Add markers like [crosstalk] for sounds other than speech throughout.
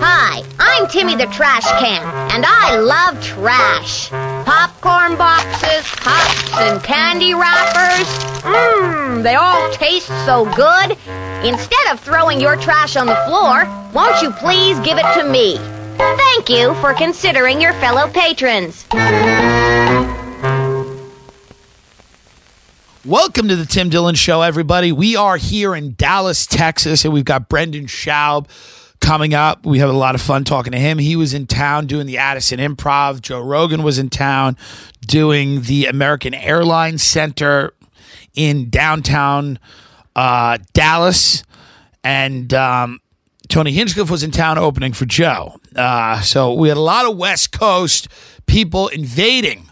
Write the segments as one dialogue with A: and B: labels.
A: Hi, I'm Timmy the Trash Can, and I love trash. Popcorn boxes, cups, and candy wrappers. Mmm, they all taste so good. Instead of throwing your trash on the floor, won't you please give it to me? Thank you for considering your fellow patrons.
B: Welcome to the Tim Dillon Show, everybody. We are here in Dallas, Texas, and we've got Brendan Schaub coming up. We have a lot of fun talking to him. He was in town doing the Addison Improv. Joe Rogan was in town doing the American Airlines Center in downtown uh, Dallas. And um, Tony Hinchcliffe was in town opening for Joe. Uh, so we had a lot of West Coast people invading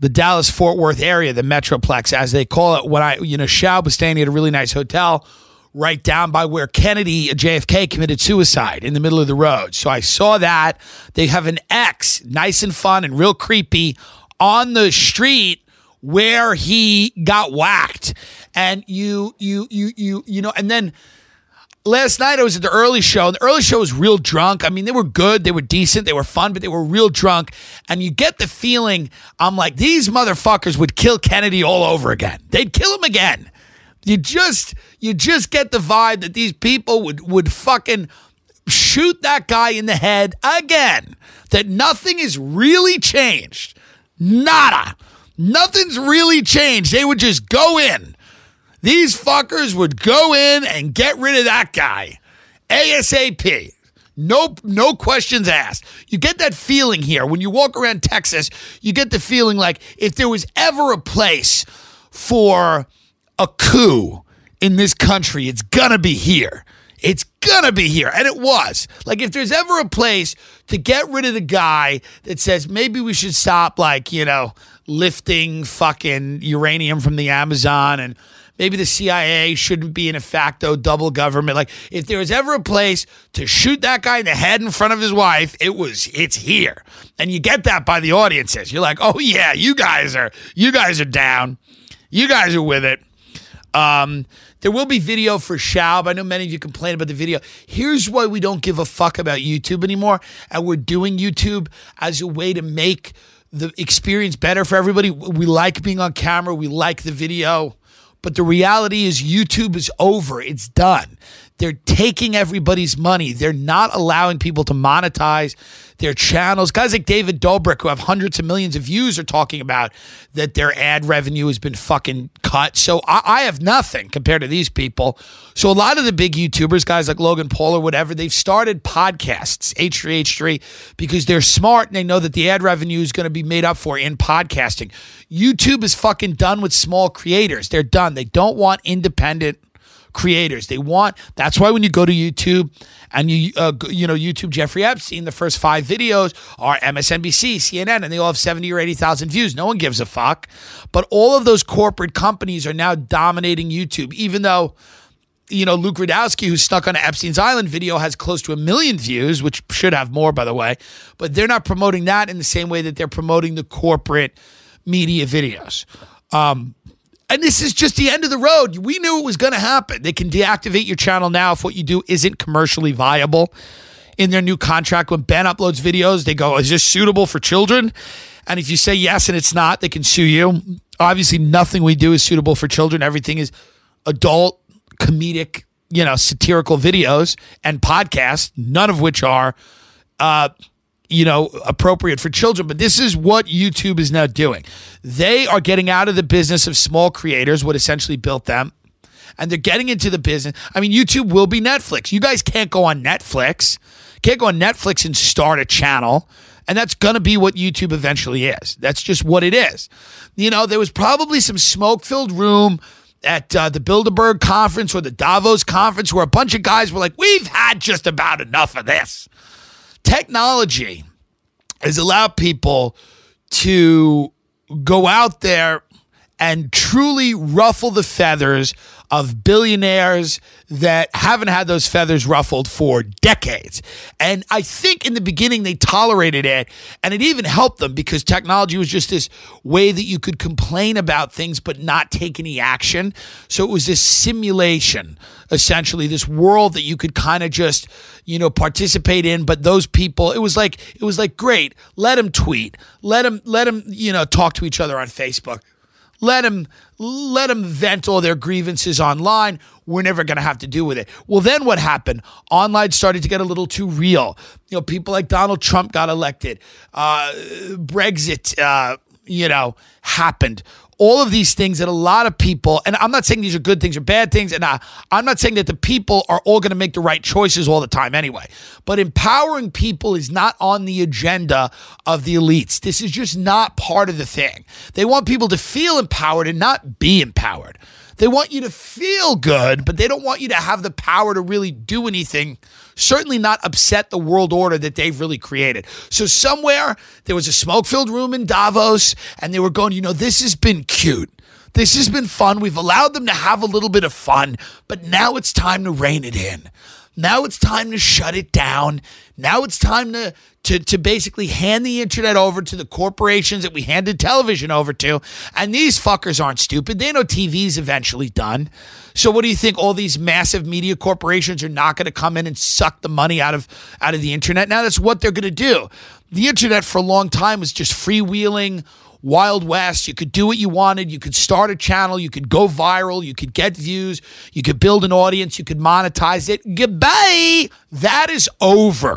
B: the Dallas Fort Worth area, the Metroplex, as they call it. When I, you know, Schaub was staying at a really nice hotel right down by where Kennedy, uh, JFK, committed suicide in the middle of the road. So I saw that. They have an X, nice and fun and real creepy, on the street where he got whacked. And you, you, you, you, you know, and then last night I was at the early show. And the early show was real drunk. I mean, they were good, they were decent, they were fun, but they were real drunk. And you get the feeling I'm like, these motherfuckers would kill Kennedy all over again. They'd kill him again. You just you just get the vibe that these people would would fucking shoot that guy in the head again. That nothing is really changed. Nada. Nothing's really changed. They would just go in these fuckers would go in and get rid of that guy ASAP. No, no questions asked. You get that feeling here when you walk around Texas. You get the feeling like if there was ever a place for a coup in this country, it's gonna be here. It's gonna be here, and it was. Like if there's ever a place to get rid of the guy that says maybe we should stop, like you know, lifting fucking uranium from the Amazon and maybe the CIA shouldn't be in a facto double government. Like if there was ever a place to shoot that guy in the head in front of his wife, it was it's here. And you get that by the audiences. You're like, "Oh yeah, you guys are you guys are down. You guys are with it." Um, there will be video for Schaub. I know many of you complain about the video. Here's why we don't give a fuck about YouTube anymore. And we're doing YouTube as a way to make the experience better for everybody. We like being on camera, we like the video. But the reality is, YouTube is over. It's done. They're taking everybody's money. They're not allowing people to monetize their channels. Guys like David Dobrik, who have hundreds of millions of views, are talking about that their ad revenue has been fucking cut. So I, I have nothing compared to these people. So a lot of the big YouTubers, guys like Logan Paul or whatever, they've started podcasts, H3H3, because they're smart and they know that the ad revenue is going to be made up for in podcasting. YouTube is fucking done with small creators. They're done. They don't want independent creators. They want that's why when you go to YouTube and you uh, go- you know YouTube Jeffrey Epstein, the first five videos are MSNBC, CNN, and they all have seventy or eighty thousand views. No one gives a fuck. But all of those corporate companies are now dominating YouTube, even though. You know, Luke Radowski, who's stuck on an Epstein's Island video, has close to a million views, which should have more, by the way. But they're not promoting that in the same way that they're promoting the corporate media videos. Um, and this is just the end of the road. We knew it was going to happen. They can deactivate your channel now if what you do isn't commercially viable. In their new contract, when Ben uploads videos, they go, Is this suitable for children? And if you say yes and it's not, they can sue you. Obviously, nothing we do is suitable for children. Everything is adult, comedic, you know, satirical videos and podcasts, none of which are you know, appropriate for children, but this is what YouTube is now doing. They are getting out of the business of small creators, what essentially built them, and they're getting into the business. I mean, YouTube will be Netflix. You guys can't go on Netflix, can't go on Netflix and start a channel. And that's going to be what YouTube eventually is. That's just what it is. You know, there was probably some smoke filled room at uh, the Bilderberg conference or the Davos conference where a bunch of guys were like, we've had just about enough of this. Technology has allowed people to go out there and truly ruffle the feathers of billionaires that haven't had those feathers ruffled for decades. And I think in the beginning they tolerated it and it even helped them because technology was just this way that you could complain about things but not take any action. So it was this simulation, essentially, this world that you could kind of just, you know, participate in. But those people, it was like, it was like, great, let them tweet, let them, let them, you know, talk to each other on Facebook let them let them vent all their grievances online we're never going to have to deal with it well then what happened online started to get a little too real you know people like donald trump got elected uh, brexit uh, you know happened all of these things that a lot of people and i'm not saying these are good things or bad things and I, i'm not saying that the people are all going to make the right choices all the time anyway but empowering people is not on the agenda of the elites this is just not part of the thing they want people to feel empowered and not be empowered they want you to feel good but they don't want you to have the power to really do anything certainly not upset the world order that they've really created. So somewhere there was a smoke-filled room in Davos and they were going, you know, this has been cute. This has been fun. We've allowed them to have a little bit of fun, but now it's time to rein it in. Now it's time to shut it down. Now it's time to, to, to basically hand the internet over to the corporations that we handed television over to. And these fuckers aren't stupid. They know TV's eventually done. So what do you think? All these massive media corporations are not going to come in and suck the money out of out of the internet. Now that's what they're going to do. The internet for a long time was just freewheeling. Wild West. You could do what you wanted. You could start a channel. You could go viral. You could get views. You could build an audience. You could monetize it. Goodbye. That is over.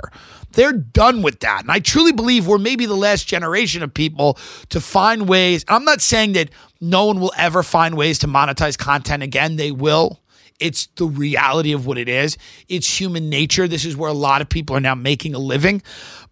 B: They're done with that. And I truly believe we're maybe the last generation of people to find ways. I'm not saying that no one will ever find ways to monetize content again. They will. It's the reality of what it is. It's human nature. This is where a lot of people are now making a living.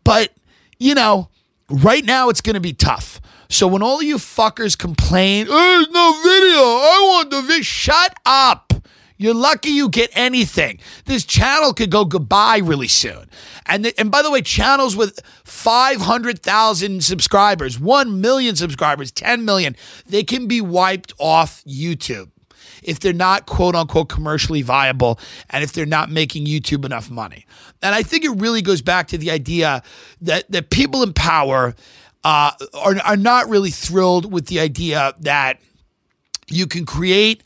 B: But, you know, right now it's going to be tough. So when all you fuckers complain, "Oh, there's no video, I want the video, shut up. You're lucky you get anything. This channel could go goodbye really soon. And the, and by the way, channels with 500,000 subscribers, 1 million subscribers, 10 million, they can be wiped off YouTube if they're not quote unquote commercially viable and if they're not making YouTube enough money. And I think it really goes back to the idea that that people in power uh, are are not really thrilled with the idea that you can create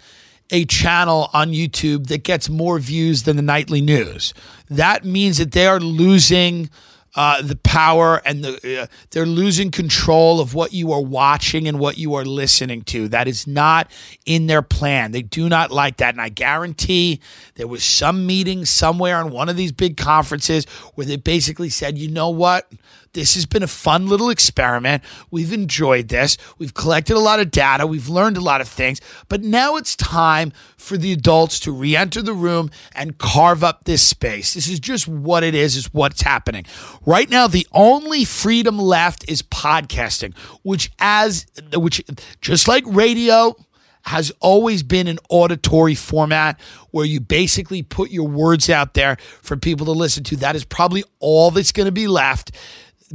B: a channel on YouTube that gets more views than the nightly news. That means that they are losing. Uh, the power and the uh, they're losing control of what you are watching and what you are listening to. That is not in their plan. They do not like that, and I guarantee there was some meeting somewhere on one of these big conferences where they basically said, "You know what? This has been a fun little experiment. We've enjoyed this. We've collected a lot of data. We've learned a lot of things. But now it's time for the adults to re enter the room and carve up this space. This is just what it is, is what's happening. Right now, the only freedom left is podcasting, which, as which, just like radio, has always been an auditory format where you basically put your words out there for people to listen to. That is probably all that's going to be left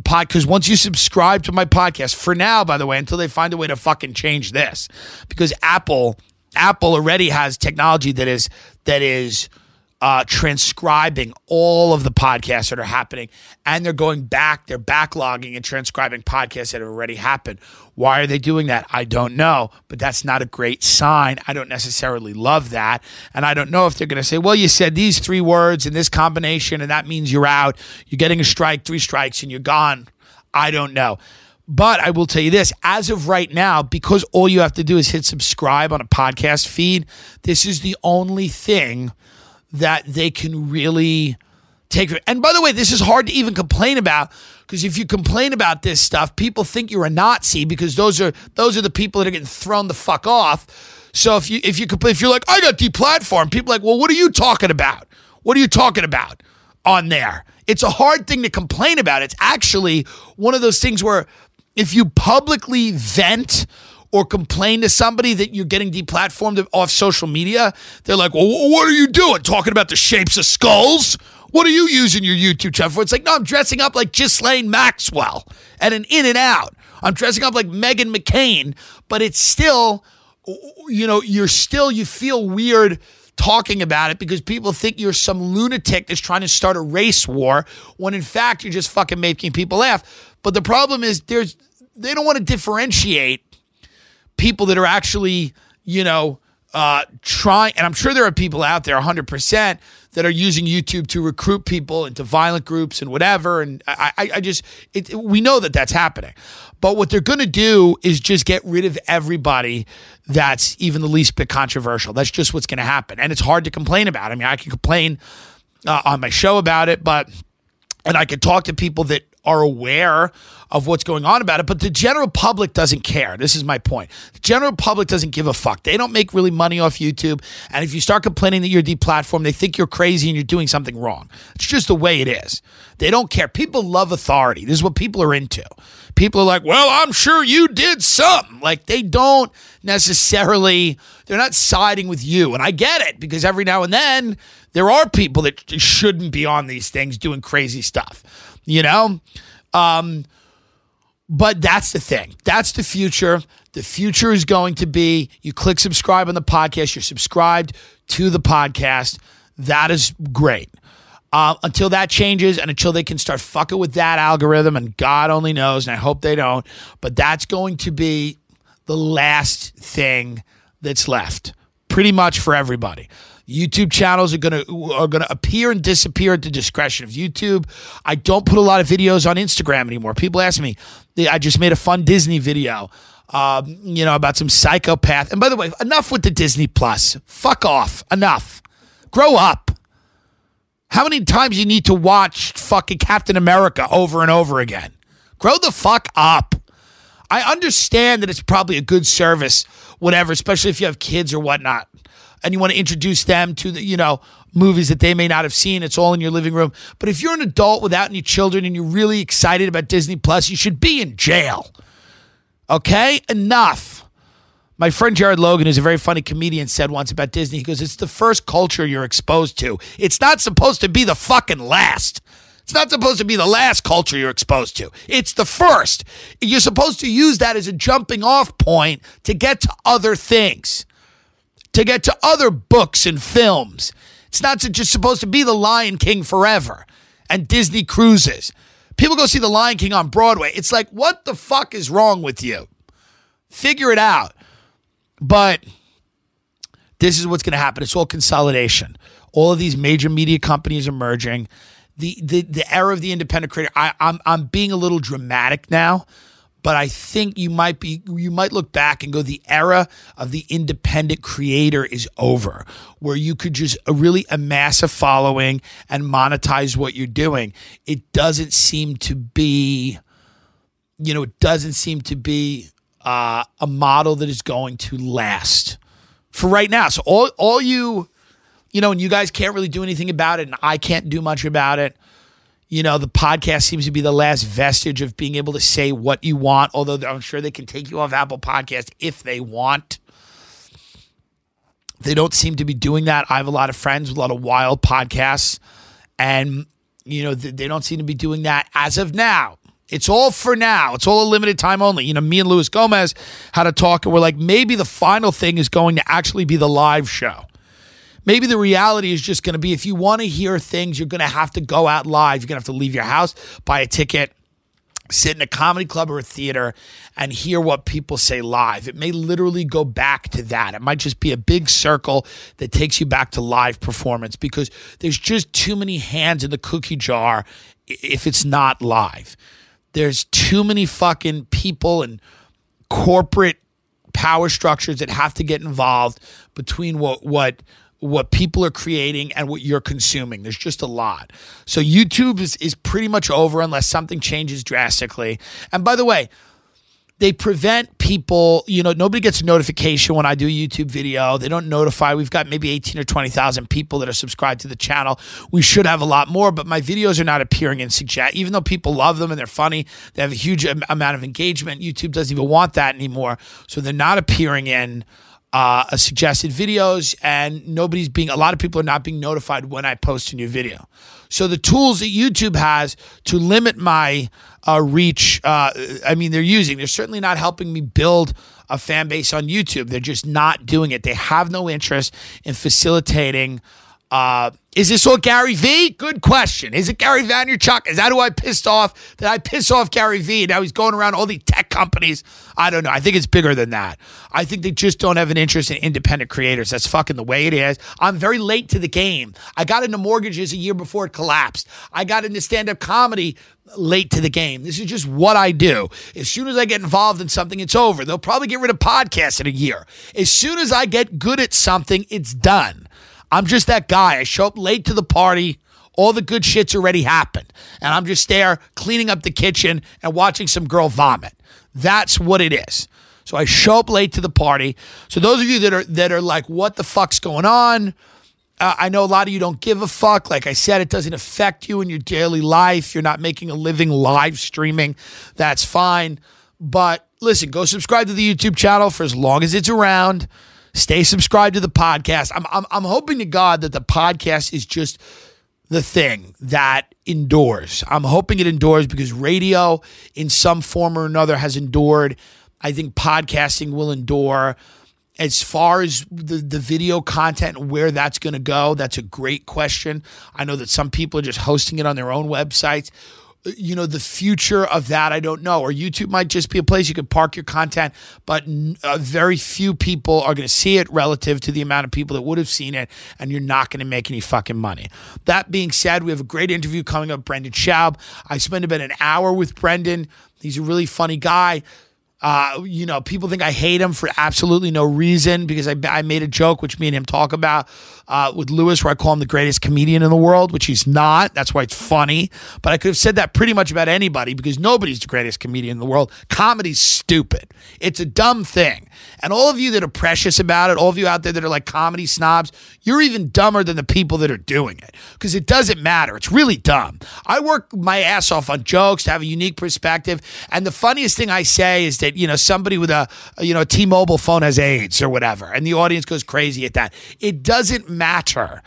B: pod because once you subscribe to my podcast for now by the way until they find a way to fucking change this because apple apple already has technology that is that is uh, transcribing all of the podcasts that are happening and they're going back they're backlogging and transcribing podcasts that have already happened why are they doing that i don't know but that's not a great sign i don't necessarily love that and i don't know if they're going to say well you said these three words in this combination and that means you're out you're getting a strike three strikes and you're gone i don't know but I will tell you this as of right now, because all you have to do is hit subscribe on a podcast feed, this is the only thing that they can really take. And by the way, this is hard to even complain about because if you complain about this stuff, people think you're a Nazi because those are those are the people that are getting thrown the fuck off. So if you if you complain, if you're like I got deplatformed, people are like, well, what are you talking about? What are you talking about on there? It's a hard thing to complain about. It's actually one of those things where if you publicly vent or complain to somebody that you're getting deplatformed off social media, they're like, well, wh- what are you doing? Talking about the shapes of skulls? What are you using your YouTube channel for? It's like, no, I'm dressing up like Ghislaine Maxwell at an In and Out. I'm dressing up like Megan McCain, but it's still, you know, you're still, you feel weird talking about it because people think you're some lunatic that's trying to start a race war when in fact you're just fucking making people laugh. But the problem is there's, they don't want to differentiate people that are actually, you know, uh, trying, and I'm sure there are people out there, 100%, that are using YouTube to recruit people into violent groups and whatever. And I, I, I just, it, it- we know that that's happening. But what they're going to do is just get rid of everybody that's even the least bit controversial. That's just what's going to happen. And it's hard to complain about. I mean, I can complain uh, on my show about it, but and I can talk to people that are aware of what's going on about it, but the general public doesn't care. This is my point. The general public doesn't give a fuck. They don't make really money off YouTube. And if you start complaining that you're deplatformed, they think you're crazy and you're doing something wrong. It's just the way it is. They don't care. People love authority. This is what people are into. People are like, well, I'm sure you did something. Like they don't necessarily, they're not siding with you. And I get it because every now and then, there are people that shouldn't be on these things doing crazy stuff, you know? Um, but that's the thing. That's the future. The future is going to be you click subscribe on the podcast, you're subscribed to the podcast. That is great. Uh, until that changes and until they can start fucking with that algorithm, and God only knows, and I hope they don't, but that's going to be the last thing that's left pretty much for everybody. YouTube channels are gonna are gonna appear and disappear at the discretion of YouTube. I don't put a lot of videos on Instagram anymore. People ask me, they- I just made a fun Disney video, um, you know, about some psychopath. And by the way, enough with the Disney Plus. Fuck off. Enough. Grow up. How many times you need to watch fucking Captain America over and over again? Grow the fuck up. I understand that it's probably a good service, whatever, especially if you have kids or whatnot, and you want to introduce them to the, you know, movies that they may not have seen. It's all in your living room. But if you're an adult without any children and you're really excited about Disney Plus, you should be in jail. Okay? Enough. My friend Jared Logan, who's a very funny comedian, said once about Disney, he goes, It's the first culture you're exposed to. It's not supposed to be the fucking last. It's not supposed to be the last culture you're exposed to. It's the first. You're supposed to use that as a jumping off point to get to other things, to get to other books and films. It's not to- just supposed to be the Lion King forever and Disney cruises. People go see the Lion King on Broadway. It's like, what the fuck is wrong with you? Figure it out. But this is what's going to happen. It's all consolidation. All of these major media companies are merging. The the the era of the independent creator. I, I'm I'm being a little dramatic now, but I think you might be you might look back and go the era of the independent creator is over, where you could just really amass a following and monetize what you're doing. It doesn't seem to be you know, it doesn't seem to be uh, a model that is going to last for right now. So all all you, you know, and you guys can't really do anything about it, and I can't do much about it. You know, the podcast seems to be the last vestige of being able to say what you want. Although I'm sure they can take you off Apple Podcast if they want. They don't seem to be doing that. I have a lot of friends with a lot of wild podcasts, and you know th- they don't seem to be doing that as of now. It's all for now. It's all a limited time only. You know, me and Luis Gomez had a talk, and we're like, maybe the final thing is going to actually be the live show. Maybe the reality is just going to be if you want to hear things, you're going to have to go out live. You're going to have to leave your house, buy a ticket, sit in a comedy club or a theater and hear what people say live. It may literally go back to that. It might just be a big circle that takes you back to live performance because there's just too many hands in the cookie jar i- if it's not live. There's too many fucking people and corporate power structures that have to get involved between what what what people are creating and what you're consuming. There's just a lot. So YouTube is is pretty much over unless something changes drastically. And by the way, they prevent people, you know, nobody gets a notification when I do a YouTube video. They don't notify. We've got maybe 18 or 20,000 people that are subscribed to the channel. We should have a lot more, but my videos are not appearing in suggest, even though people love them and they're funny. They have a huge am- amount of engagement. YouTube doesn't even want that anymore. So they're not appearing in uh, uh, suggested videos, and nobody's being, a lot of people are not being notified when I post a new video. So the tools that YouTube has to limit my uh, reach, uh, I mean, they're using, they're certainly not helping me build a fan base on YouTube. They're just not doing it. They have no interest in facilitating. Uh, is this all Gary V? Good question. Is it Gary Vaynerchuk? Is that who I pissed off? Did I piss off Gary V? Now he's going around all the tech companies. I don't know. I think it's bigger than that. I think they just don't have an interest in independent creators. That's fucking the way it is. I'm very late to the game. I got into mortgages a year before it collapsed. I got into stand up comedy late to the game. This is just what I do. As soon as I get involved in something, it's over. They'll probably get rid of podcasts in a year. As soon as I get good at something, it's done. I'm just that guy. I show up late to the party. All the good shit's already happened. And I'm just there cleaning up the kitchen and watching some girl vomit. That's what it is. So I show up late to the party. So those of you that are that are like, what the fuck's going on? Uh, I know a lot of you don't give a fuck. Like I said, it doesn't affect you in your daily life. You're not making a living live streaming. That's fine. But listen, go subscribe to the YouTube channel for as long as it's around. Stay subscribed to the podcast. I'm, I'm, I'm hoping to God that the podcast is just the thing that endures. I'm hoping it endures because radio, in some form or another, has endured. I think podcasting will endure. As far as the, the video content, and where that's going to go, that's a great question. I know that some people are just hosting it on their own websites. You know, the future of that, I don't know. Or YouTube might just be a place you could park your content, but n- uh, very few people are going to see it relative to the amount of people that would have seen it, and you're not going to make any fucking money. That being said, we have a great interview coming up, Brendan Schaub. I spent about an hour with Brendan. He's a really funny guy. Uh, you know, people think I hate him for absolutely no reason because I, I made a joke, which me and him talk about uh, with Lewis, where I call him the greatest comedian in the world, which he's not. That's why it's funny. But I could have said that pretty much about anybody because nobody's the greatest comedian in the world. Comedy's stupid, it's a dumb thing. And all of you that are precious about it, all of you out there that are like comedy snobs, you're even dumber than the people that are doing it because it doesn't matter. It's really dumb. I work my ass off on jokes to have a unique perspective. And the funniest thing I say is that, you know, somebody with a, you know, a T Mobile phone has AIDS or whatever. And the audience goes crazy at that. It doesn't matter.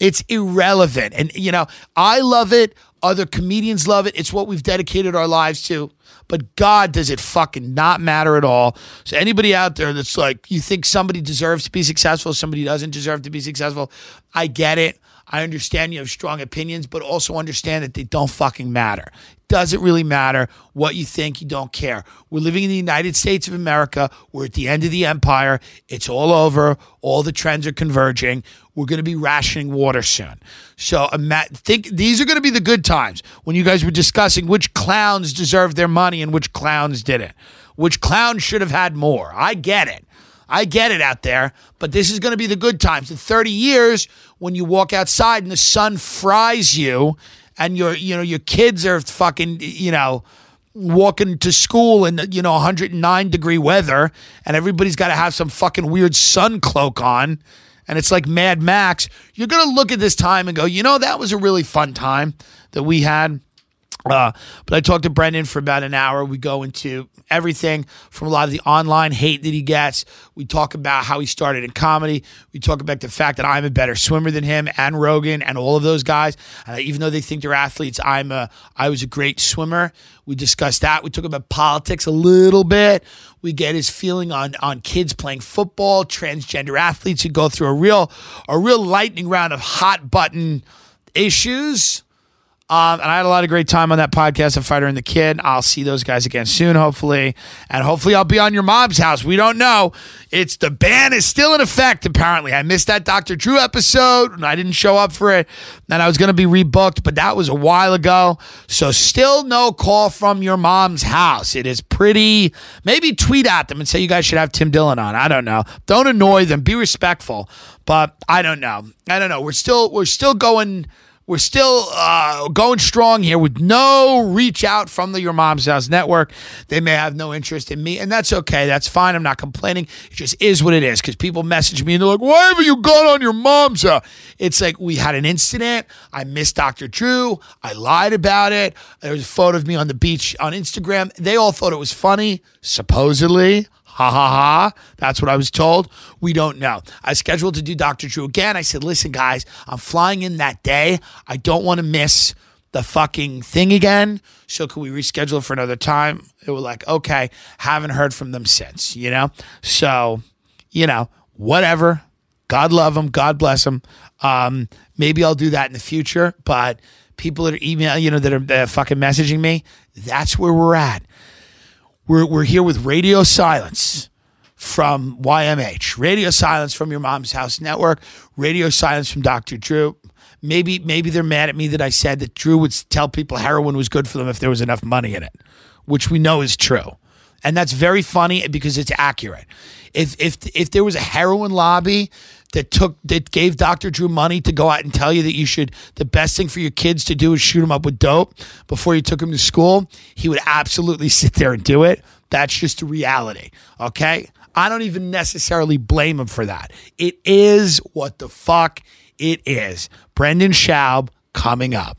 B: It's irrelevant. And, you know, I love it. Other comedians love it. It's what we've dedicated our lives to. But God, does it fucking not matter at all. So, anybody out there that's like, you think somebody deserves to be successful, somebody doesn't deserve to be successful, I get it. I understand you have strong opinions, but also understand that they don't fucking matter. Doesn't really matter what you think, you don't care. We're living in the United States of America. We're at the end of the empire. It's all over. All the trends are converging. We're going to be rationing water soon. So ima- think these are going to be the good times when you guys were discussing which clowns deserved their money and which clowns didn't, which clown should have had more. I get it. I get it out there, but this is going to be the good times. In 30 years, when you walk outside and the sun fries you, and your you know your kids are fucking you know walking to school in you know 109 degree weather, and everybody's got to have some fucking weird sun cloak on, and it's like Mad Max. You're going to look at this time and go, you know, that was a really fun time that we had. Uh, but I talked to Brendan for about an hour. We go into everything from a lot of the online hate that he gets. We talk about how he started in comedy. We talk about the fact that I'm a better swimmer than him and Rogan and all of those guys. Uh, even though they think they're athletes, I'm a I was a great swimmer. We discussed that. We talk about politics a little bit. We get his feeling on on kids playing football, transgender athletes who go through a real a real lightning round of hot button issues. Um, and I had a lot of great time on that podcast, The Fighter and the Kid. I'll see those guys again soon, hopefully. And hopefully I'll be on your mom's house. We don't know. It's the ban is still in effect, apparently. I missed that Dr. Drew episode and I didn't show up for it. And I was gonna be rebooked, but that was a while ago. So still no call from your mom's house. It is pretty maybe tweet at them and say you guys should have Tim Dillon on. I don't know. Don't annoy them. Be respectful. But I don't know. I don't know. We're still we're still going We're still uh, going strong here with no reach out from the Your Mom's House Network. They may have no interest in me, and that's okay. That's fine. I'm not complaining. It just is what it is because people message me and they're like, why have you gone on Your Mom's House? It's like we had an incident. I missed Dr. Drew. I lied about it. There was a photo of me on the beach on Instagram. They all thought it was funny, supposedly. Ha ha ha. That's what I was told. We don't know. I scheduled to do Dr. Drew again. I said, listen, guys, I'm flying in that day. I don't want to miss the fucking thing again. So can we reschedule for another time? They were like, okay. Haven't heard from them since, you know? So, you know, whatever. God love them. God bless them. Um, maybe I'll do that in the future, but people that are email, you know, that are uh, fucking messaging me, that's where we're at. We're, we're here with Radio Silence from YMH, Radio Silence from Your Mom's House Network, Radio Silence from Dr. Drew. Maybe maybe they're mad at me that I said that Drew would tell people heroin was good for them if there was enough money in it, which we know is true. And that's very funny because it's accurate. If if if there was a heroin lobby that took that gave Dr. Drew money to go out and tell you that you should the best thing for your kids to do is shoot them up with dope before you took them to school, he would absolutely [laughs] sit there and do it. That's just the reality. Okay? I don't even necessarily blame him for that. It is what the fuck it is. Brendan Schaub coming up.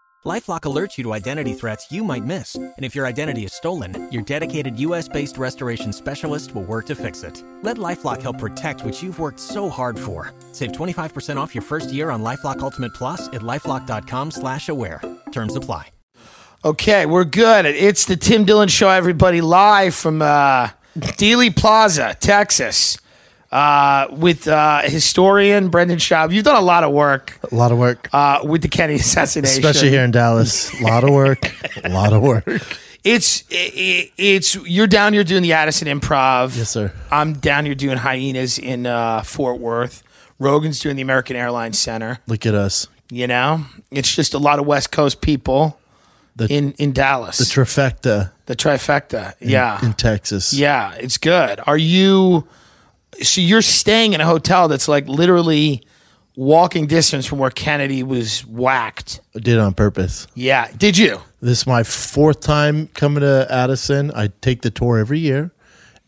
C: Lifelock alerts you to identity threats you might miss, and if your identity is stolen, your dedicated U.S.-based restoration specialist will work to fix it. Let LifeLock help protect what you've worked so hard for. Save 25% off your first year on LifeLock Ultimate Plus at lifeLock.com/slash-aware. Terms apply.
B: Okay, we're good. It's the Tim Dillon Show, everybody, live from uh, Dealey Plaza, Texas, uh, with uh, historian Brendan Schaub. You've done a lot of work
D: A lot of work,
B: uh, with the Kennedy [laughs] assassination,
D: especially here in Dallas. A lot of work.
B: [laughs]
D: A lot of work.
B: It's it, it's you're down here doing the Addison Improv.
D: Yes, sir.
B: I'm down here doing hyenas in uh, Fort Worth. Rogan's doing the American Airlines Center.
D: Look at us.
B: You know, it's just a lot of West Coast people
D: The-
B: in in Dallas.
D: The trifecta
B: The trifecta. yeah.
D: in Texas.
B: Yeah, it's good. Are you so you're staying in a hotel that's like literally walking distance from where Kennedy was whacked.
D: I did it on purpose.
B: Yeah. Did you?
D: This is my fourth time coming to Addison. I take the tour every year.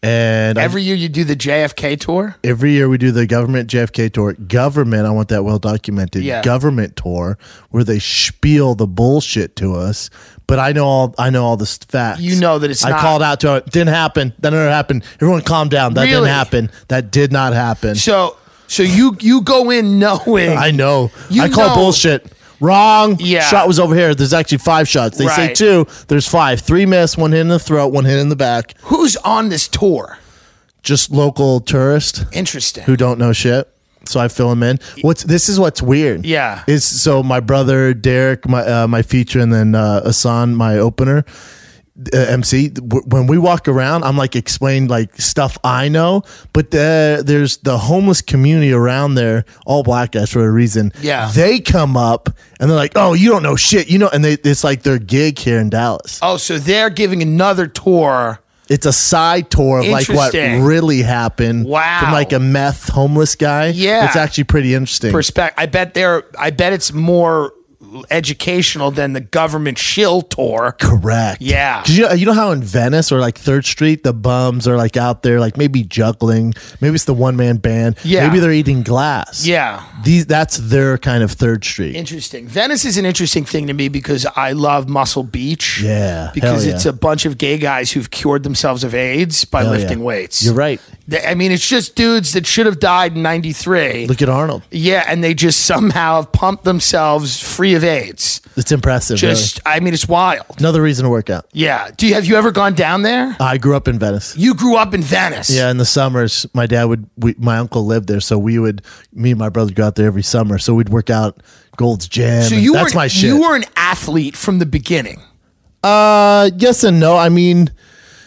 D: And I-
B: Every year you do the JFK tour?
D: every year we do the government JFK tour. Government, I want that well documented.
B: Yeah.
D: Government tour where they spiel the bullshit to us. But I know all I know all the s- facts.
B: You know that it's
D: I
B: not-
D: called out to it. Didn't happen. That never happened. Everyone calm down. That
B: Really?
D: didn't happen. That did not happen.
B: So so you you go in knowing
D: I know.
B: You
D: I call
B: know-
D: bullshit. Wrong.
B: Yeah.
D: Shot was over here. There's actually five shots. They say
B: Right.
D: two. There's five. Three missed. One hit in the throat. One hit in the back.
B: who's on this tour.
D: Just local tourists
B: Interesting.
D: who don't know shit. So I fill them in. What's this is what's weird.
B: Yeah.
D: Is so my brother Derek, my uh, my feature, and then uh, Asan, my opener. Uh, MC, w- when we walk around, I'm like explain like stuff I know, but there, there's the homeless community around there, all black guys for a reason.
B: Yeah.
D: they come up and they're like, "Oh, you don't know shit," you know, and they it's like their gig here in Dallas.
B: oh, so they're giving another tour.
D: It's a side tour of like what
B: Interesting.
D: really happened.
B: Wow.
D: From like a meth homeless guy.
B: Yeah.
D: It's actually pretty interesting.
B: Perspect I bet they're I bet it's more educational than the government shill tour.
D: Correct.
B: Yeah.
D: 'Cause you know, you know how in Venice or like Third Street, the bums are like out there, like maybe juggling. Maybe it's the one man band.
B: Yeah.
D: Maybe they're eating glass.
B: Yeah.
D: These, that's their kind of Third Street.
B: Interesting. Venice is an interesting thing to me because I love Muscle Beach.
D: Yeah,
B: Because
D: hell yeah.
B: it's a bunch of gay guys who've cured themselves of AIDS by
D: Hell yeah.
B: lifting weights.
D: You're right.
B: They- I mean, it's just dudes that should have died in 93.
D: Look at Arnold.
B: yeah, and they just somehow have pumped themselves free of of AIDS.
D: It's impressive.
B: Just, I mean, it's wild.
D: really. another reason to work out.
B: Yeah. Do you have you ever gone down there?
D: I grew up in Venice.
B: You grew up in Venice.
D: Yeah, in the summers, my dad would, we, my uncle lived there, so we would, me and my brother would go out there every summer. So we'd work out Gold's Gym.
B: So you
D: that's
B: were
D: my shit.
B: you were an athlete from the beginning.
D: Uh, yes and no. I mean,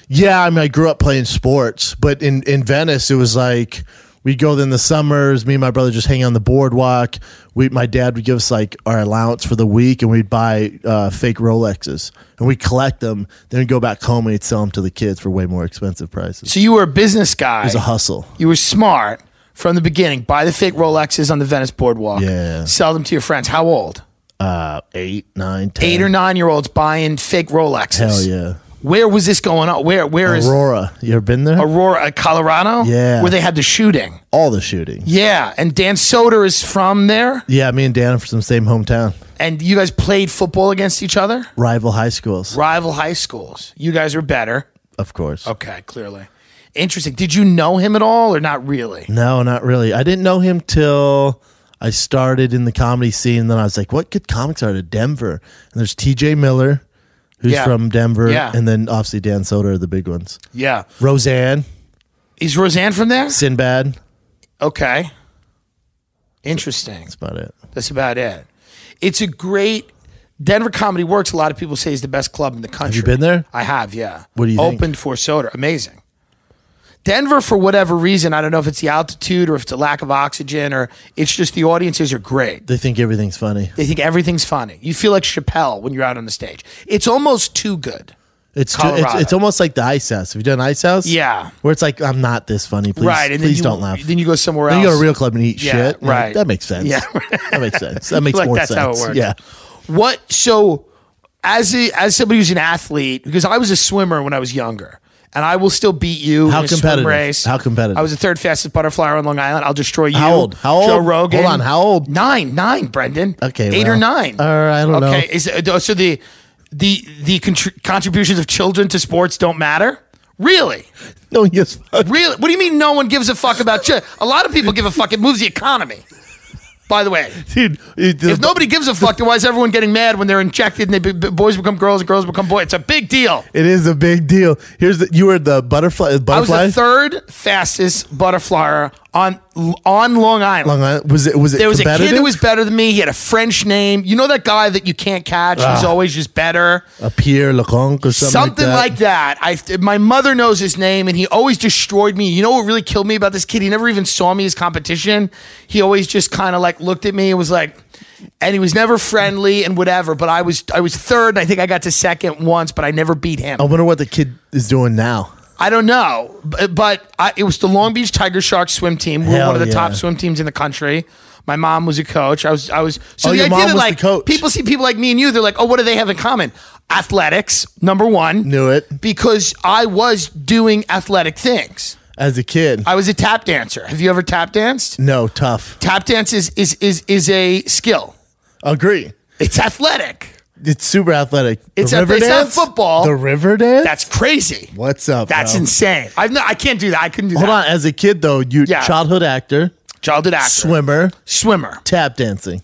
D: yeah. I mean, I grew up playing sports, but in in Venice, it was like we'd go there in the summers. Me and my brother just hang on the boardwalk. We, my dad would give us like our allowance for the week, and we'd buy uh, fake Rolexes and we'd collect them. Then we'd go back home and we'd sell them to the kids for way more expensive prices.
B: So you were a business guy.
D: It was a hustle.
B: You were smart from the beginning. Buy the fake Rolexes on the Venice boardwalk.
D: Yeah.
B: Sell them to your friends. How old?
D: Uh, eight, nine, ten.
B: Eight or nine year olds buying fake Rolexes.
D: Hell yeah.
B: Where was this going on? Where where is
D: Aurora, you ever been there?
B: Aurora, Colorado?
D: Yeah.
B: Where they had the shooting.
D: All the shooting.
B: Yeah. And Dan Soder is from there.
D: Yeah, me and Dan are from the same hometown.
B: And you guys played football against each other?
D: Rival high schools,
B: Rival high schools. You guys were better.
D: of course.
B: Okay, clearly. Interesting. Did you know him at all or not really?
D: No, not really. I didn't know him till I started in the comedy scene. Then I was like, what good comics are to Denver? And there's TJ Miller, who's
B: Yeah.
D: from Denver.
B: Yeah.
D: And then obviously Dan Soder are the big ones.
B: Yeah.
D: Roseanne,
B: Is Roseanne from there?
D: Sinbad.
B: Okay. Interesting.
D: That's about it.
B: That's about it. It's a great Denver Comedy Works. A lot of people say is the best club in the country.
D: you been there?
B: I have. Yeah.
D: What do you think?
B: opened for Soda? Amazing. Denver, for whatever reason, I don't know if it's the altitude or if it's the lack of oxygen or it's just the audiences are great.
D: They think everything's funny.
B: They think everything's funny. You feel like Chappelle when you're out on the stage. It's almost too good.
D: It's, too, it's
B: Colorado.
D: it's almost like the Ice House. Have you done Ice House?
B: Yeah.
D: Where it's like, I'm not this funny. Please,
B: right. And then
D: please
B: you-
D: don't laugh.
B: Then you go somewhere
D: Then
B: else.
D: you go to a real club and eat
B: Yeah,
D: shit. You're like,
B: right.
D: [laughs] that makes sense.
B: Yeah.
D: that makes sense. That makes
B: Like,
D: more
B: that's
D: sense.
B: how it works.
D: Yeah.
B: What so as a, as somebody who's an athlete because I was a swimmer when I was younger and I will still beat you
D: How
B: in a swim
D: competitive?
B: race.
D: How competitive?
B: I was the third fastest butterflyer on Long Island. I'll destroy you.
D: How old? How
B: Joe
D: old?
B: Rogan.
D: Hold on, how old?
B: Nine, nine, Brendan.
D: Okay,
B: eight
D: well,
B: or nine.
D: uh, I don't know.
B: Okay, is uh, so the the the contr- contributions of children to sports don't matter. Really?
D: No, yes.
B: Really? What do you mean? No one gives a fuck about chil- a lot of people give a fuck. It moves the economy. By the way,
D: Dude, it-
B: if nobody gives a fuck, then why is everyone getting mad when they're injected and they be, be- boys become girls and girls become boys? It's a big deal.
D: It is a big deal. Here's the, you were the butterfly.
B: I was
D: Butterfly.
B: the third fastest butterflyer on on Long Island.
D: Long Island. Was it? Was it?
B: there was a kid
D: competitive?
B: that was better than me. He had a French name. You know that guy that you can't catch. He's
D: Ah.
B: always just better.
D: a Pierre Leconque or something,
B: Something like
D: like that.
B: that. I my mother knows his name, and he always destroyed me. You know what really killed me about this kid? He never even saw me as competition. He always just kind of like looked at me and was like, and he was never friendly and whatever. But I was I was third. And I think I got to second once, but I never beat him.
D: I wonder what the kid is doing now.
B: I don't know, but, but I, it was the Long Beach Tiger Sharks swim team. We were
D: Hell
B: one of the
D: yeah.
B: top swim teams in the country. My mom was a coach. I was, I was. So
D: Oh,
B: the
D: your
B: idea
D: mom
B: that,
D: was the
B: like
D: coach.
B: people see people like me and you, they're like, oh, what do they have in common? Athletics, number one.
D: Knew it
B: Because I was doing athletic things.
D: as a kid.
B: I was a tap dancer. Have you ever tap danced?
D: no, tough.
B: Tap dance is is is, is a skill.
D: Agree.
B: It's athletic.
D: It's super athletic.
B: It's a- it's not football.
D: The river dance.
B: That's crazy.
D: what's up.
B: That's
D: bro?
B: insane. I've no, I can't do that. I couldn't do
D: Hold
B: that.
D: on. As a kid, though, you
B: Yeah.
D: childhood actor,
B: Childhood actor,
D: swimmer,
B: swimmer.
D: tap dancing.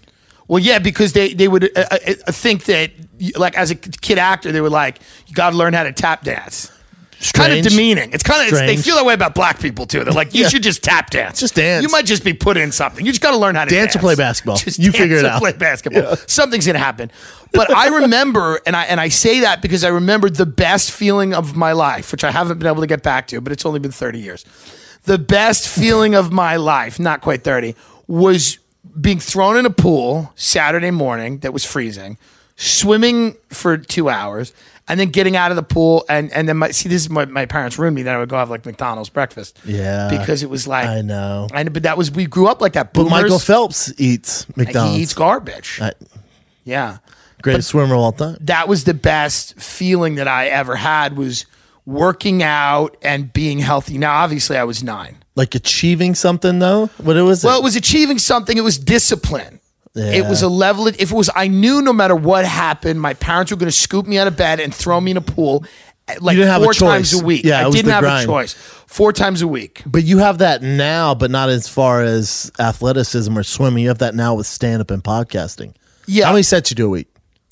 B: Well, yeah, because they they would uh, uh, uh, think that you- like as a kid actor, they were like, you got to learn how to tap dance. It's kind of
D: Strange.
B: demeaning. It's kind of it's, they
D: Strange.
B: feel that way about black people too. They're like, you
D: Yeah.
B: should just tap dance.
D: Just dance.
B: You might just be put in something. You just got to learn how to dance,
D: Dance or play basketball. You
B: dance
D: figure it
B: or
D: out.
B: Play basketball. Something's gonna happen. But I remember, and I and I say that because I remembered the best feeling of my life, which I haven't been able to get back to, but it's only been thirty years the best feeling of my life, not quite 30, was being thrown in a pool Saturday morning that was freezing, swimming for two hours, and then getting out of the pool. And, and then my, see, this is my, my parents ruined me that I would go have like McDonald's breakfast.
D: Yeah.
B: Because it was like,
D: I know.
B: I know, but that was, we grew up like that.
D: But Michael
B: Boomers,
D: Phelps eats McDonald's.
B: he eats garbage.
D: I-
B: yeah
D: Greatest swimmer of all time.
B: that was the best feeling that I ever had was working out and being healthy. Now, obviously, I was nine.
D: Like achieving something though. What it was?
B: Well, it was achieving something. It was discipline. It
D: Yeah.
B: was a level. Of, if it was, I knew no matter what happened, my parents were going to scoop me out of bed and throw me in a pool, eh, like
D: didn't have a
B: four times
D: choice.
B: a week.
D: Yeah,
B: I
D: it was
B: didn't
D: the
B: have a
D: grind.
B: choice. Four times a week.
D: But you have that now, but not as far as athleticism or swimming. You have that now with stand up and podcasting.
B: Yeah.
D: How many sets you do a week?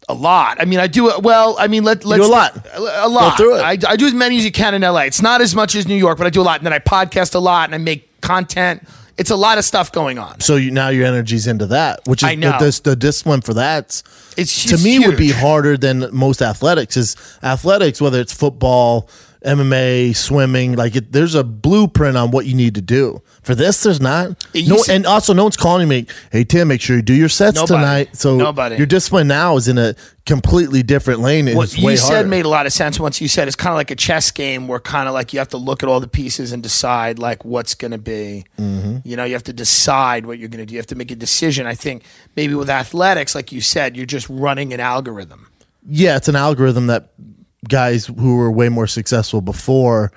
B: a lot. I mean, I do well. I mean, let let's
D: do a lot.
B: A lot.
D: Go through it.
B: I, I do as many as you can in LA. It's not as much as New York, but I do a lot. And then I podcast a lot, and I make content. It's a lot of stuff going on.
D: So you, now your energy's into that, which is
B: I know.
D: The, this- the discipline for that.
B: It's
D: to
B: it's
D: me would be
B: huge.
D: harder than most athletics. Is athletics whether it's football, MMA, swimming, like it, there's a blueprint on what you need to do. For this, there's not.
B: You
D: No,
B: see-
D: and also no one's calling me. Hey Tim, make sure you do your sets
B: Nobody.
D: tonight. So
B: Nobody.
D: your discipline now is in a completely different lane. And
B: What
D: it's way
B: you said
D: harder.
B: made a lot of sense. Once you said it's kind of like a chess game, where kind of like you have to look at all the pieces and decide like what's going to be.
D: Mm-hmm.
B: You know, you have to decide what you're going to do. You have to make a decision. I think maybe with athletics, like you said, you're just running an algorithm.
D: yeah, it's an algorithm that guys who were way more successful before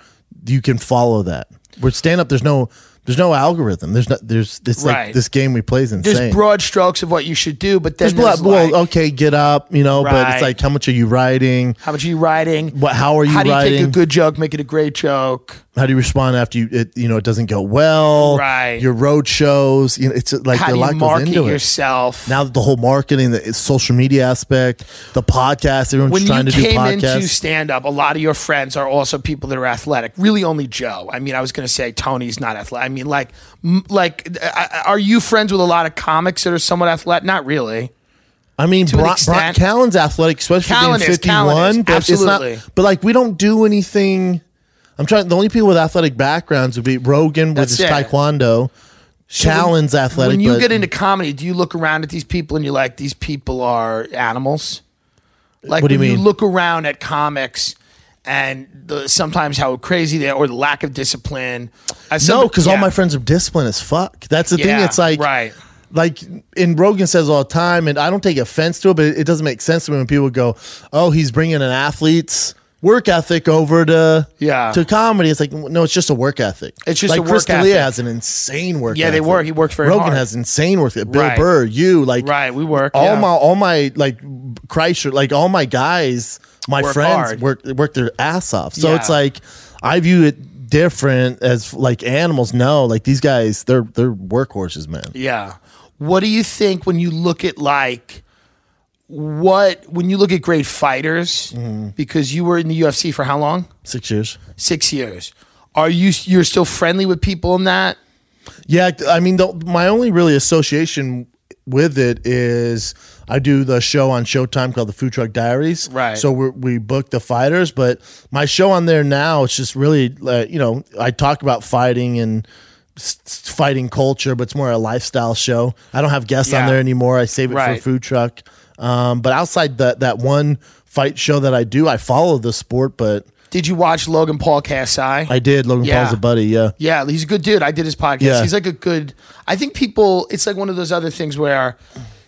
D: you can follow that. With stand up, there's no there's no algorithm. There's not there's it's
B: Right.
D: like this game we play is insane.
B: There's broad strokes of what you should do, but then
D: There's
B: there's,
D: blo- well,
B: like,
D: okay, get up, you know, but
B: Right.
D: it's like how much are you writing?
B: how much are you riding?
D: What how are you
B: how do you
D: writing?
B: take a good joke, make it a great joke?
D: how do you respond after you it you know it doesn't go well?
B: Right.
D: Your road shows, you know, it's like
B: How
D: a
B: do
D: lot
B: you
D: goes
B: market
D: into it.
B: yourself?
D: Now the whole marketing, the it's social media aspect, the podcast, everyone's
B: when
D: trying
B: you
D: to do
B: came
D: podcasts.
B: into stand up, a lot of your friends are also people that are athletic. Really, only Joe. I mean, I was going to say Tony's not athletic. I mean, like, m- like, uh, are you friends with a lot of comics that are somewhat athletic? Not really.
D: I mean,
B: to an
D: Brock, Brock
B: extent.
D: Callen's athletic, especially
B: Callen
D: being
B: is, Callen is,
D: 51. But
B: absolutely.
D: It's not, but like, we don't do anything. I'm trying. The only people with athletic backgrounds would be Rogan with
B: That's
D: his
B: it.
D: taekwondo, Callen's athletic.
B: when you
D: but
B: get into comedy, do you look around at these people and you're like, these people are animals? Like
D: What do you
B: when
D: mean?
B: look around at comics and the, sometimes how crazy they are or the lack of discipline. As
D: no,
B: some-
D: because all
B: yeah.
D: my friends are disciplined as fuck. That's the thing.
B: Yeah,
D: It's like
B: right.
D: Like, and Rogan says all the time, and I don't take offense to it, but it doesn't make sense to me when people go, "Oh, he's bringing an athlete's work ethic over to
B: Yeah.
D: to comedy." It's like, no, it's just a work ethic.
B: It's just
D: like
B: a work
D: Chris D'Elia
B: ethic.
D: has an insane work.
B: Yeah, they
D: ethic.
B: work- he works very
D: Rogan
B: hard.
D: has insane work. ethic. Bill
B: Right.
D: Burr, you like
B: Right, we work,
D: All
B: yeah.
D: my all my like Kreischer, like all my guys, my
B: Work
D: friends
B: hard.
D: work work their ass off. So
B: Yeah.
D: it's like I view it different as like animals. No, like these guys, they're they're workhorses, man.
B: Yeah. What do you think when you look at like what when you look at great fighters
D: Mm-hmm.
B: because you were in the UFC for how long?
D: Six years.
B: 6 years. Are you you're still friendly with people in that?
D: Yeah, I mean, the, my only really association with it is I do the show on Showtime called the Food Truck Diaries.
B: Right.
D: So we we book the fighters, but my show on there now it's just really uh, you know I talk about fighting and s- s- fighting culture, but it's more a lifestyle show. I don't have guests on
B: Yeah.
D: there anymore. I save it for
B: Right.
D: Food Truck. Um, but outside that that one fight show that I do, I follow the sport, but
B: Did you watch Logan Paul KSI?
D: I did Logan
B: Yeah.
D: Paul's a buddy. Yeah.
B: Yeah, he's a good dude. I did his podcast.
D: Yeah.
B: He's like a good. I think people. It's like one of those other things where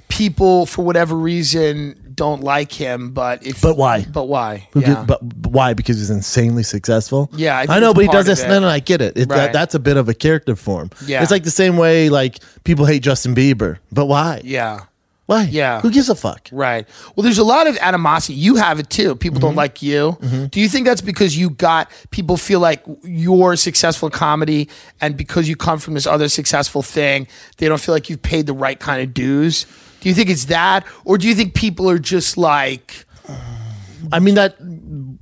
B: people, for whatever reason, don't like him. But if
D: But why?
B: But why?
D: Who
B: yeah.
D: get- but but why? Because he's insanely successful.
B: Yeah, I think
D: I, know,
B: it's
D: but he
B: part
D: does
B: of
D: this, and
B: it.
D: then I get it. it that,
B: Right.
D: that's a bit of a character form.
B: Yeah.
D: it's like the same way like people hate Justin Bieber, but why?
B: yeah.
D: why?
B: Yeah.
D: who gives a fuck?
B: Right. Well, there's a lot of animosity. You have it too. People don't like you. Do you think that's because you got people feel like you're successful in comedy, and because you come from this other successful thing, they don't feel like you've paid the right kind of dues? Do you think it's that, or do you think people are just like?
D: I mean that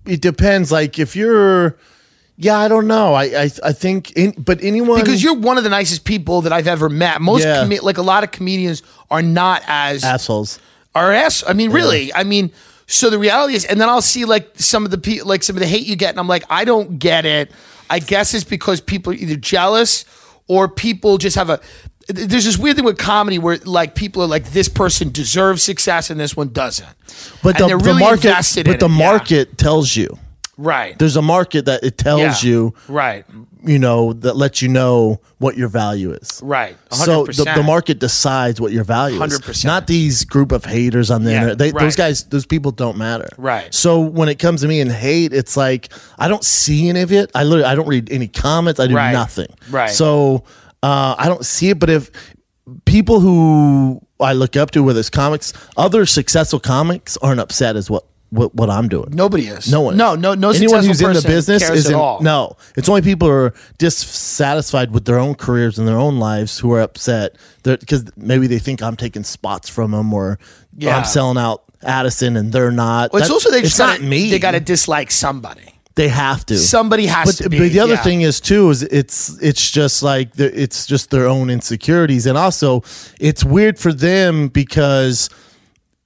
D: it depends. Like if you're, yeah, I don't know. I I, I think, in, but anyone
B: because you're one of the nicest people that I've ever met. Most
D: Yeah.
B: comi- like a lot of comedians are not as
D: assholes.
B: are ass. I mean, really. I mean, so the reality is, and then I'll see like some of the people, like some of the hate you get, and I'm like, I don't get it. I guess it's because people are either jealous or people just have a. th- There's this weird thing with comedy where like people are like, this person deserves success and this one doesn't.
D: But
B: And
D: the,
B: they're
D: the
B: really
D: market,
B: invested
D: but
B: in
D: the
B: it, yeah.
D: market tells you.
B: Right.
D: There's a market that it tells
B: Yeah.
D: you,
B: Right.
D: you know, that lets you know what your value is.
B: Right.
D: So the, the
B: 100%.
D: market decides what your value is.
B: 100%.
D: Not these group of haters on the
B: Yeah,
D: internet. They, Those
B: right.
D: guys, those people don't matter.
B: Right.
D: So when it comes to me and hate, it's like I don't see any of it. I literally I don't read any comments. I do
B: Right.
D: nothing.
B: Right.
D: So uh, I don't see it. But if people who I look up to, whether it's comics, other successful comics aren't upset as what what, what I'm doing.
B: Nobody is.
D: No one.
B: No, no, no
D: Anyone
B: successful
D: who's in the
B: person
D: business
B: cares at
D: isn't.
B: all.
D: No, it's only people who are dissatisfied with their own careers and their own lives who are upset because maybe they think I'm taking spots from them or
B: Yeah.
D: I'm selling out Addison and they're not.
B: Well, it's
D: That-
B: also they
D: it's
B: just
D: not
B: gotta,
D: me.
B: They got to dislike somebody.
D: They have to.
B: Somebody has
D: but,
B: to. Be,
D: but the other
B: yeah.
D: thing is too is it's it's just like the, it's just their own insecurities and also it's weird for them because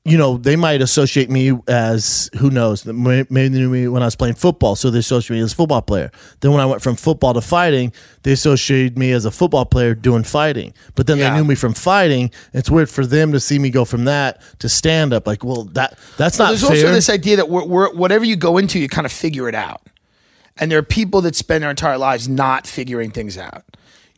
D: you know they might associate me as who knows may- maybe they knew me when I was playing football so they associate me as a football player then when I went from football to fighting they associated me as a football player doing fighting but then
B: Yeah.
D: they knew me from fighting it's weird for them to see me go from that to stand up like well that that's
B: Well,
D: not
B: there's
D: fair
B: also this idea that we're, we're, whatever you go into, you kind of figure it out. And there are people that spend their entire lives not figuring things out.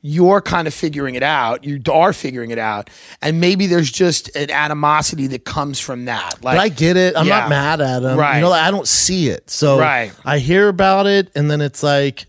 B: You're kind of figuring it out. You are figuring it out, and maybe there's just an animosity that comes from that. Like
D: but I get it. I'm
B: Yeah.
D: not mad at him.
B: Right.
D: You know, like, I don't see it. So
B: Right.
D: I hear about it, and then it's like,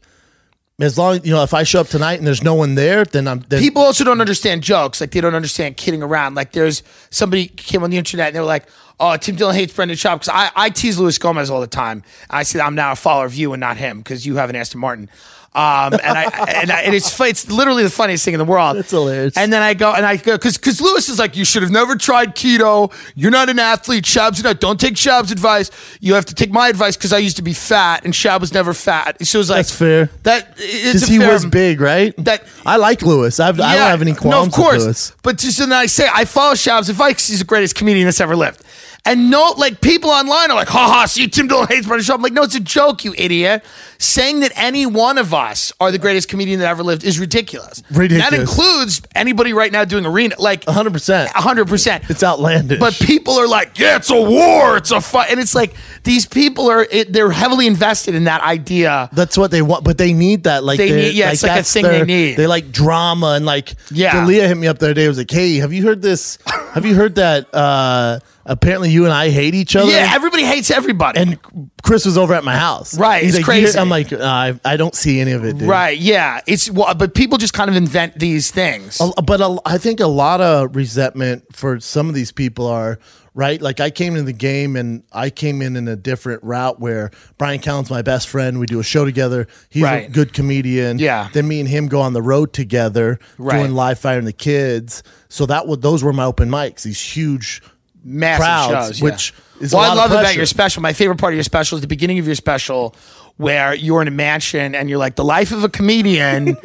D: as long you know, if I show up tonight and there's no one there, then I'm then
B: people also don't understand jokes. Like they don't understand kidding around. Like there's somebody came on the internet and they were like, "Oh, Tim Dillon hates Brendan Schaub because I, I tease Luis Gomez all the time." I said I'm now a follower of you and not him because you have an Aston Martin. Um, and I [laughs] and, I, and it's fu- it's literally the funniest thing in the world.
D: That's hilarious.
B: And then I go and I go because because Lewis is like, you should have never tried keto. You're not an athlete. Shab's not. Don't take Shab's advice. You have to take my advice because I used to be fat and Shab was never fat. So it was like
D: That's fair.
B: That it's
D: because
B: a
D: he
B: fair-
D: was big, right?
B: that-
D: I like Lewis. I've, I
B: yeah.
D: don't have any qualms.
B: No, of course.
D: With Lewis.
B: But just then I say I follow Shabs advice 'cause he's the greatest comedian that's ever lived. And no, like people online are like, ha ha, see Tim Dillon hates Brendan Schaub. I'm like, no, it's a joke, you idiot. Saying that any one of us are the greatest comedian that ever lived is ridiculous.
D: Ridiculous.
B: That includes anybody right now doing arena, like
D: 100. percent
B: hundred percent.
D: It's outlandish.
B: But people are like, yeah, it's a war, it's a fight, and it's like these people are it, they're heavily invested in that idea.
D: That's what they want, but they need that. Like
B: They
D: they're-
B: need- yeah, it's like a
D: that's
B: thing they
D: their-
B: need.
D: They like drama and like.
B: Yeah.
D: Dalia hit me up the other day. Was like, "Hey, have you heard this? have you heard that? uh Apparently, you and I hate each
B: [laughs]
D: other."
B: Yeah, everybody hates everybody.
D: and Chris was over at my house.
B: Right,
D: He's
B: it's
D: like, "You hear-"
B: crazy.
D: I'm like, "Uh, I, I don't see any of it, dude.
B: Right. Yeah. It's well, but people just kind of invent these things.
D: A- But a, I think a lot of resentment for some of these people are right. Like I came into the game and I came in in a different route where Brian Callen's my best friend. We do a show together. He's a
B: Right.
D: good comedian.
B: Yeah.
D: Then me and him go on the road together,
B: Right.
D: doing live fire and the kids. So that would those were my open mics. These huge
B: Massive
D: crowds,
B: shows, yeah.
D: which is a
B: well, I
D: lot of
B: love about
D: pressure.
B: your special. My favorite part of your special is the beginning of your special, where you're in a mansion and you're like, the life of a
D: [laughs]
B: comedian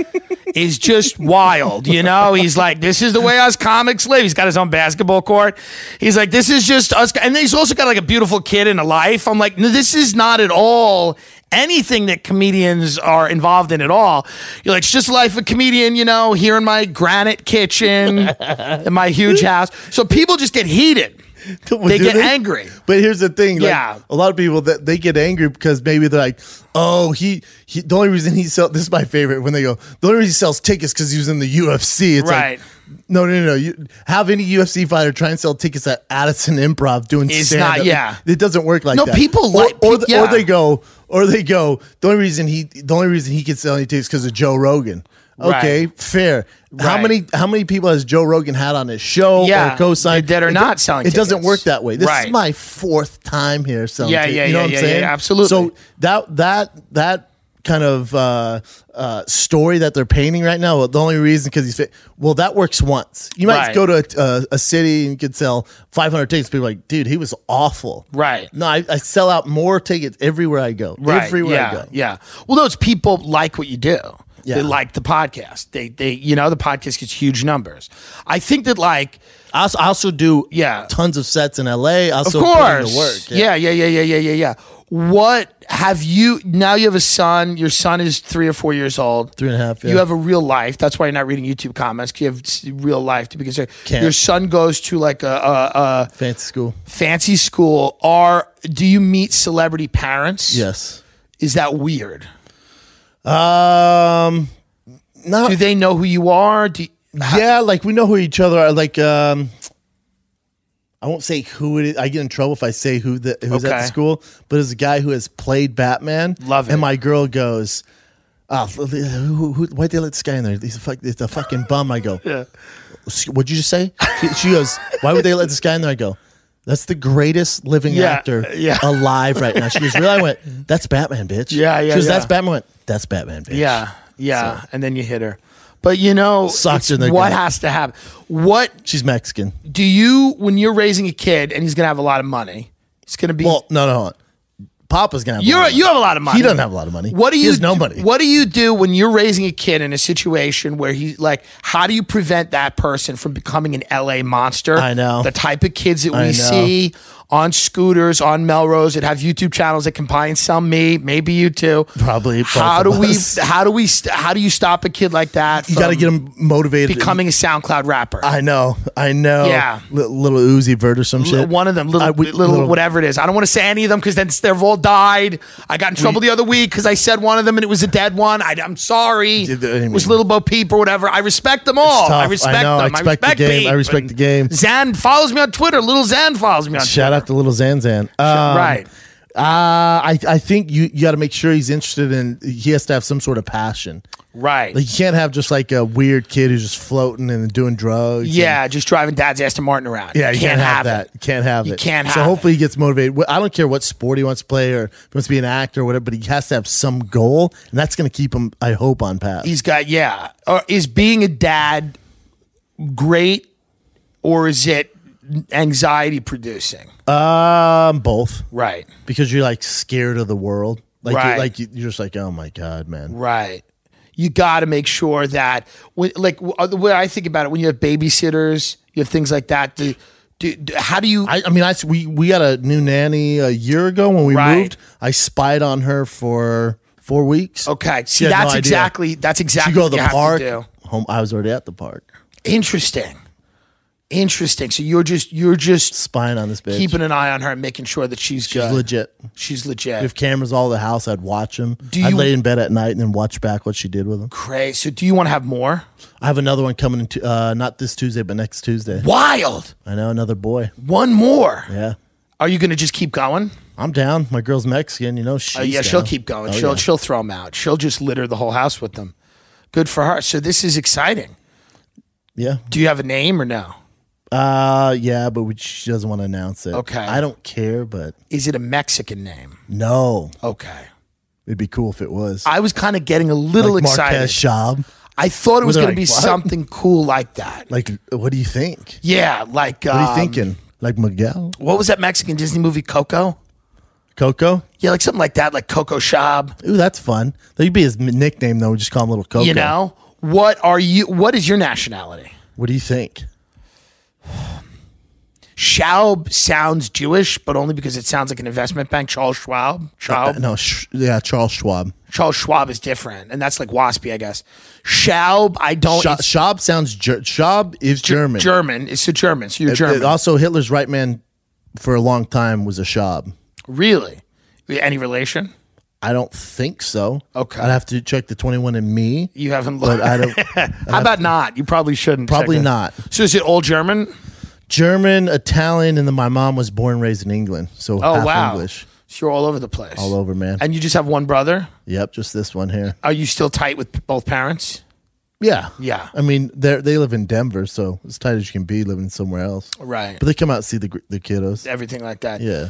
B: is just wild. You know, he's like, this is the way us comics live. He's got his own basketball court. He's like, this is just us, and he's also got like a beautiful kid and a life. I'm like, no, this is not at all anything that comedians are involved in at all. You're like, it's just life of a comedian, you know, here in my granite kitchen, in my
D: [laughs]
B: huge house. So people just get heated. They
D: Do
B: get angry.
D: But here's the thing, like,
B: Yeah.
D: a lot of people that they get angry because maybe they're like, oh, he, he the only reason he sells this is my favorite when they go, the only reason he sells tickets because he was in the UFC. It's
B: Right.
D: like no, no, no, no. You have any UFC fighter try and sell tickets at Addison Improv doing
B: It's
D: stand-up.
B: not- yeah.
D: It doesn't work like
B: No,
D: that.
B: people like-
D: or, or, the-
B: yeah.
D: or they go or they go, the only reason he the only reason he can sell any tickets because of Joe Rogan.
B: Right.
D: Okay, fair. How
B: Right.
D: many how many people has Joe Rogan had on his show
B: Yeah,
D: or co-signed?
B: they're dead or
D: It do-
B: not selling
D: It doesn't
B: tickets.
D: work that way. This
B: Right.
D: is my fourth time here selling.
B: Yeah,
D: tickets.
B: yeah,
D: you know
B: yeah,
D: what I'm
B: yeah,
D: saying?
B: yeah, absolutely.
D: So that that that kind of uh, uh, story that they're painting right now. Well, the only reason because he's fit. Well, that works once. You might
B: Right.
D: go to a, a, a city and you could sell 500 tickets. People are like, dude, he was awful.
B: Right.
D: No, I, I sell out more tickets everywhere I go. Everywhere
B: yeah,
D: I go.
B: Yeah. Well, those people like what you do.
D: Yeah.
B: They like the podcast. They they you know the podcast gets huge numbers. I think that like
D: I also, I also do
B: Yeah.
D: tons of sets in LA. I
B: of
D: also put in
B: course
D: the work.
B: yeah. yeah yeah yeah yeah yeah yeah. What have you now? You have a son. Your son is three or four years old.
D: Three and a half, yeah.
B: You have a real life. That's why you're not reading YouTube comments. 'cause You have s- real life to be concerned.
D: Can't.
B: Your son goes to like a, a, a
D: Fancy school.
B: fancy school. Are do you meet celebrity parents?
D: Yes.
B: Is that weird?
D: Um, not
B: Do they know who you are? Do
D: yeah, like we know who each other are. Like, um, I won't say who it is. I get in trouble if I say who the who's at
B: Okay.
D: the school. But it's a guy who has played Batman.
B: Love it.
D: And my girl goes, "Ah, who, who, why they let this guy in there? He's a fuck. It's
B: [laughs]
D: a fucking bum." I go, "What'd you just say?" She, she goes, "Why would they let this guy in there?" I go, That's the greatest living
B: Yeah,
D: actor
B: yeah.
D: alive right now. She goes, really? I went, that's Batman, bitch.
B: Yeah, yeah,
D: She goes,
B: yeah.
D: that's Batman. I went, that's Batman, bitch.
B: Yeah, yeah, and then you hit her. But you know,
D: Socked
B: it's
D: in the
B: what
D: gut.
B: has to happen? What
D: She's Mexican.
B: do you when you're raising a kid and he's gonna have a lot of money? He's gonna be
D: Well, no, no, hold on. Papa's gonna. Have a lot
B: you're
D: of
B: you
D: money.
B: have a lot of money.
D: He doesn't have a lot of money.
B: What do
D: He
B: you
D: has no
B: do-
D: money.
B: What do you do when you're raising a kid in a situation where he like? How do you prevent that person from becoming an LA monster?
D: I know.
B: the type of kids that
D: I
B: we
D: know.
B: see on scooters on Melrose that have YouTube channels that can buy and sell me, maybe you too.
D: Probably both
B: How do
D: of
B: we?
D: us.
B: How do we? st- How do you stop a kid like that?
D: You got
B: from
D: to get him motivated.
B: becoming a SoundCloud rapper.
D: I know. I know.
B: Yeah.
D: Li- little Uzi Vert or some
B: Li-
D: shit.
B: One of them,
D: I-
B: little,
D: we-
B: little, whatever it is. I don't want to say any of them because then they've all died. I got in trouble the other week because I said one of them and it was a dead one. I, am sorry.
D: Did the- I
B: it was
D: mean-
B: Little Bo Peep or whatever. I respect them all.
D: tough.
B: I
D: I
B: respect
D: know. I
B: them. I
D: respect
B: respect,
D: the game.
B: Peep.
D: I respect the
B: And
D: game.
B: Zan follows me on Twitter. Little Zan follows me on
D: Shout
B: Twitter.
D: out to little Zanzan. Um,
B: right.
D: Uh, I I think you you got to make sure he's interested in. He has to have some sort of passion.
B: Right.
D: Like you can't have just like a weird kid who's just floating and doing drugs. and-
B: yeah, just driving dad's Aston Martin around.
D: Yeah, you can't, have, that.
B: it.
D: You can't have
B: You
D: it.
B: can't
D: so
B: have
D: hopefully he gets motivated. Wh- I don't care what sport he wants to play or if he wants to be an actor or whatever, but he has to have some goal, and that's going to keep him, I hope, on path.
B: He's got, yeah. Or is being a dad great or is it anxiety producing?
D: um, both
B: Right.
D: because you're like scared of the world. Like,
B: Right.
D: you're, like you- you're just like, oh my god, man.
B: Right. You got to make sure that, when, like, w- uh, the way I think about it, when you have babysitters, you have things like that. Do, do, do- how do you?
D: I, I mean, I s- we we got a new nanny a year ago when we
B: Right.
D: moved. I spied on her for four weeks.
B: okay,
D: She
B: see,
D: had no
B: that's
D: idea.
B: exactly that's exactly
D: She go
B: what
D: to
B: you
D: the
B: have
D: park.
B: do.
D: Home. I was already at the park,
B: Interesting, interesting. So you're just you're just
D: spying on this bitch.
B: keeping an eye on her and making sure that she's,
D: She's
B: good.
D: legit.
B: She's legit.
D: If cameras all over the house, I'd watch them.
B: Do
D: I'd
B: you-
D: lay in bed at night and then watch back what she did with them.
B: Great. So do you want to have more?
D: I have another one coming in, t- uh, not this Tuesday, but next Tuesday.
B: Wild.
D: I know another boy.
B: One more.
D: Yeah,
B: Are you going to just keep going?
D: I'm down. My girl's Mexican, you know. She's
B: Uh, yeah,
D: down.
B: she'll keep going.
D: Oh,
B: she'll
D: yeah.
B: she'll throw them out. She'll just litter the whole house with them. Good for her. So this is exciting.
D: yeah,
B: Do you have a name or no?
D: uh, yeah, but we, she doesn't want to announce it.
B: Okay.
D: I don't care, but
B: Is it a Mexican name?
D: no,
B: Okay.
D: it'd be cool if it was.
B: I was kind of getting a little
D: like
B: excited.
D: Marquez Schaub.
B: I thought it was
D: Were they
B: going to
D: like,
B: be
D: what?
B: something cool like that.
D: Like, what do you think?
B: Yeah, like
D: What are
B: um,
D: you thinking? Like Miguel,
B: What was that Mexican Disney movie Coco?
D: Coco?
B: Yeah, like something like that, like Coco Shab.
D: Ooh, that's fun. That'd be his nickname though. We just call him Little Coco.
B: You know what are you? What is your nationality?
D: What do you think?
B: Schaub sounds Jewish, but only because it sounds like an investment bank. Charles Schwab.
D: Uh,
B: Schwab.
D: no, sh- yeah, Charles Schwab.
B: Charles Schwab is different, and that's like waspy, I guess. Schaub, I don't.
D: Scha-
B: it's
D: Schwab sounds Ger- Schwab is German.
B: German. It's a German. So you're
D: It-
B: German.
D: it also, Hitler's right man for a long time was a Schwab.
B: really? Any relation?
D: I don't think so.
B: Okay.
D: I'd have to check the twenty one and me.
B: You haven't
D: But
B: looked.
D: I don't.
B: [laughs] How about not? You probably shouldn't. check
D: Probably
B: it.
D: not.
B: So is it old German?
D: German, Italian, and then my mom was born and raised in England, so
B: Oh
D: half
B: wow!
D: English.
B: So you're all over the place.
D: All over, man.
B: And you just have one brother.
D: Yep, just this one here.
B: Are you still tight with both parents?
D: Yeah,
B: Yeah.
D: I mean, they they live in Denver, so as tight as you can be living somewhere else.
B: Right.
D: But they come out and see the gr- the kiddos.
B: Everything like that.
D: Yeah.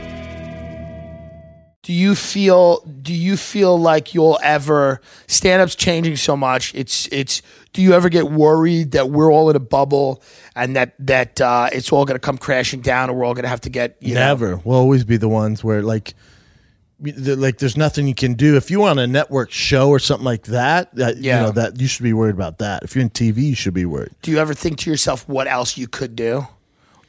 B: do you feel do you feel like you'll ever stand up's changing so much it's it's do you ever get worried that we're all in a bubble and that that uh, it's all going to come crashing down and we're all going to have to get you know-
D: Never. We'll always be the ones where like, we- the- like there's nothing you can do. If you want a network show or something like that, that
B: Yeah.
D: you know that you should be worried about that. If you're in TV, you should be worried.
B: do you ever think to yourself what else you could do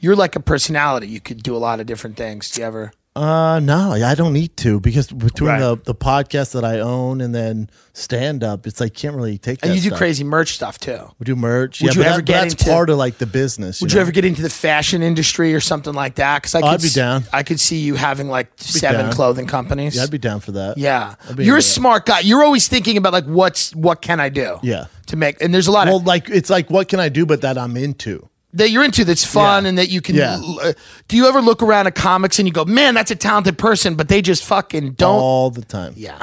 B: you're like a personality you could do a lot of different things do you ever
D: Uh, no, I don't need to because between
B: Right.
D: the the podcast that I own and then stand up, it's like can't really take.
B: and
D: that
B: you do
D: stuff.
B: crazy merch stuff too
D: We do merch.
B: Would
D: yeah,
B: you
D: but
B: ever
D: that-
B: get
D: that's
B: into-
D: part of like the business?
B: Would
D: know? Oh,
B: you ever get into the fashion industry or something like that? Because I could
D: I'd be
B: s-
D: down.
B: I could see you having like seven
D: down.
B: clothing companies.
D: Yeah, I'd be down for that.
B: Yeah.
D: I'd be
B: you're
D: into
B: a
D: that.
B: smart guy. You're always thinking about like what's what can I do?
D: Yeah.
B: To make and there's a lot
D: Well,
B: of
D: like it's like what can I do, but that I'm into.
B: that you're into that's fun
D: Yeah.
B: and that you can.
D: Yeah.
B: l- do you ever look around at comics and you go, man, that's a talented person, but they just fucking don't.
D: all the time.
B: Yeah.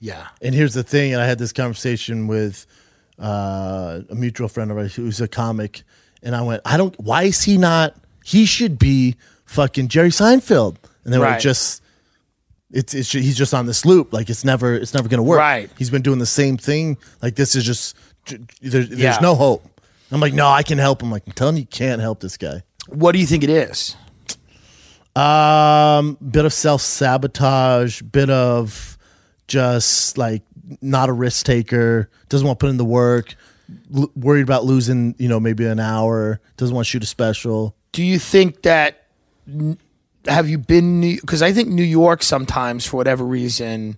B: Yeah.
D: And here's the thing, and I had this conversation with uh, a mutual friend of ours who's a comic, and I went, I don't. Why is he not? He should be fucking Jerry Seinfeld. And then
B: Right.
D: we're just. It's, it's he's just on this loop like it's never it's never gonna work
B: Right.
D: he's been doing the same thing like this is just there,
B: Yeah.
D: there's no hope I'm like no I can help him like I'm telling you, you can't help this guy
B: What do you think it is?
D: Um, bit of self sabotage, bit of just like not a risk taker, doesn't want to put in the work, l- worried about losing, you know, maybe an hour, doesn't want to shoot a special.
B: do you think that have you been because i think new york sometimes for whatever reason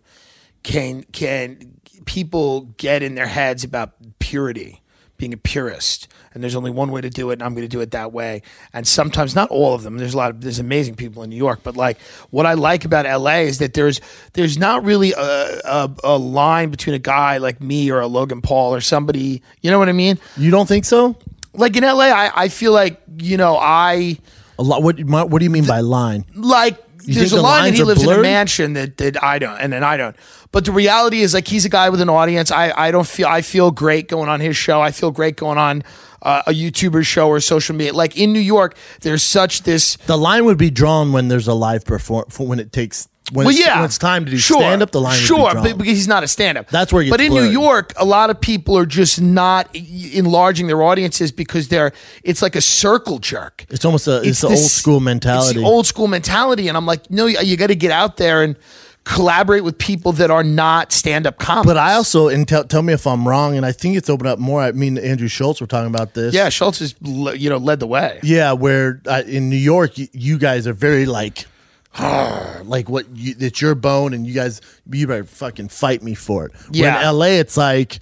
B: can can people get in their heads about purity being a purist and there's only one way to do it and i'm going to do it that way and sometimes not all of them there's a lot of there's amazing people in new york but like what i like about la is that there's there's not really a, a, a line between a guy like me or a logan paul or somebody you know what i mean
D: You don't think so?
B: like in la i, I feel like you know i
D: A lot. What? my- What do you mean by line?
B: like
D: You
B: there's
D: think
B: a
D: the
B: line that
D: lines
B: he
D: are
B: lives in a
D: blurred?
B: mansion that, that I don't and then I don't. But the reality is like he's a guy with an audience. I, I don't feel I feel great going on his show. I feel great going on uh, a YouTuber show or social media. Like in New York, there's such this
D: The line would be drawn when there's a live perform for when it takes when,
B: well,
D: it's,
B: yeah,
D: when it's time to do
B: sure,
D: stand up. The line
B: sure,
D: would be drawn.
B: but because he's not a stand up.
D: That's where it
B: But
D: gets
B: in New
D: blurred.
B: York, a lot of people are just not e- enlarging their audiences because they're it's like a circle jerk.
D: it's almost a it's, the
B: this-
D: old school
B: It's
D: mentality.
B: the old school mentality, and I'm like, no, you, you got to get out there and collaborate with people that are not stand up comics.
D: But I also and tell, tell me if I'm wrong, and I think it's opened up more. I mean, Andrew Schultz, we're talking about this.
B: yeah, Schultz is le- you know led the way.
D: Yeah, where uh, in New York, you, you guys are very like, "Arr," like what you, it's your bone, and you guys, you better fucking fight me for it. Where
B: Yeah.
D: in LA, it's like,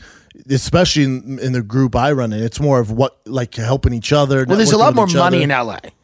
D: especially in, in the group I run in, it's more of what like helping each other.
B: Well, there's a
D: networking
B: lot
D: with
B: more
D: each
B: money
D: other.
B: in LA.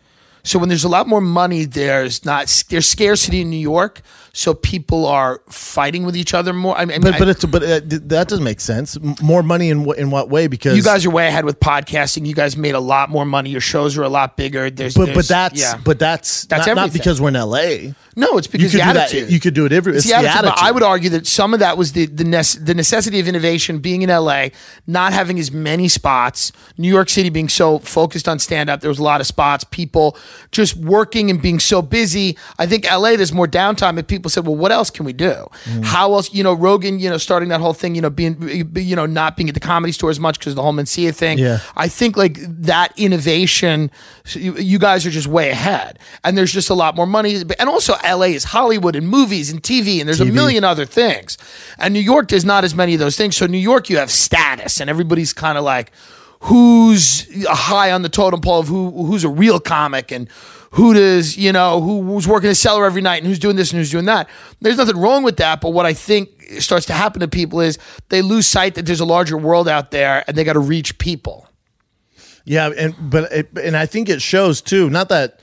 B: So when there's a lot more money, there's not there's scarcity in New York. So people are fighting with each other more. I mean,
D: But
B: I-
D: but it's but uh, th- that doesn't make sense. M- More money in what in what way? Because
B: you guys are way ahead with podcasting. You guys made a lot more money. Your shows are a lot bigger. There's
D: But
B: there's-
D: but that's
B: yeah.
D: but that's
B: That's
D: not, not
B: everything.
D: because we're in LA.
B: no, it's
D: You
B: because
D: could do
B: the
D: that.
B: attitude.
D: You could do it. Every, it's,
B: It's the attitude, but I would argue that some of that was the the, nece- the necessity of innovation being in LA, not having as many spots, New York City being so focused on stand up, there was a lot of spots, people just working and being so busy. I think LA there's more downtime and people said, "Well, what else can we do?
D: Mm.
B: How else, you know, Rogan, you know, starting that whole thing, you know, being you know, not being at the comedy store as much because the whole Mencia thing.
D: Yeah.
B: I think like that innovation, so you, you guys are just way ahead, and there's just a lot more money. And also, LA is Hollywood and movies and TV, and there's a million other things. And New York there's not as many of those things. So New York, you have status, and everybody's kind of like, who's high on the totem pole of who who's a real comic and. Who does you know who, who's working a cellar every night and who's doing this and who's doing that? There's nothing wrong with that, but what I think starts to happen to people is they lose sight that there's a larger world out there and they got to reach people.
D: Yeah, and but it, and I think it shows too. Not that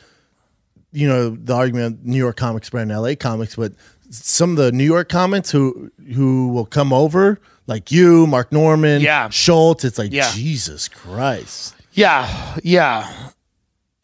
D: you know the argument of New York comics brand L.A. comics, but some of the New York comics who who will come over like you, Mark Norman,
B: Yeah.
D: Schultz. It's like
B: Yeah.
D: Jesus Christ,
B: Yeah, yeah,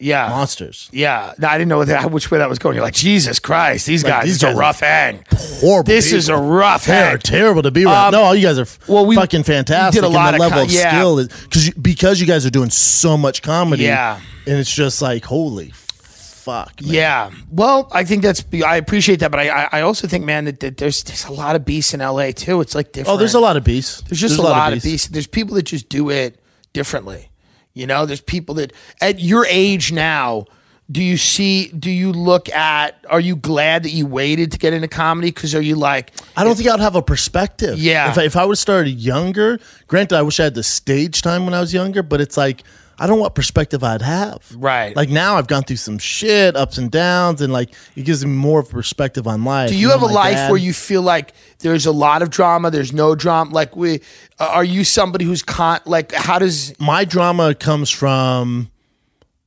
B: yeah,
D: monsters,
B: yeah. No, I didn't know what that, which way that was going. You're like, Jesus Christ, these
D: Like,
B: guys.
D: these
B: These are
D: guys are
B: rough
D: [laughs]
B: end.
D: horrible.
B: This
D: people.
B: is a rough
D: They're
B: end.
D: terrible to be around. no, all you guys are
B: Well,
D: well,
B: we-
D: we, fucking fantastic.
B: we did a
D: and
B: lot
D: the
B: of
D: level
B: co-
D: of
B: yeah.
D: skill is because you, because you guys are doing so much comedy.
B: Yeah.
D: and it's just like holy fuck. man.
B: Yeah. Well, I think that's. I appreciate that, but I, I I also think, man, that, that there's there's a lot of beasts in LA too. It's like different.
D: Oh, there's a lot of beasts.
B: There's just a lot, of beasts. There's people that just do it differently. You know, there's people that at your age now. Do you see? Do you look at? Are you glad that you waited to get into comedy? Because are you like,
D: I don't think I'd have a perspective.
B: Yeah.
D: If I, if I would have started younger, granted, I wish I had the stage time when I was younger, but it's like, I don't know what perspective I'd have.
B: Right.
D: Like now I've gone through some shit, ups and downs, and like it gives me more perspective on life.
B: Do you
D: know,
B: have a
D: my
B: life
D: dad-
B: where you feel like there's a lot of drama, there's no drama? Like, we uh, are you somebody who's con? Like, how does?
D: my drama comes from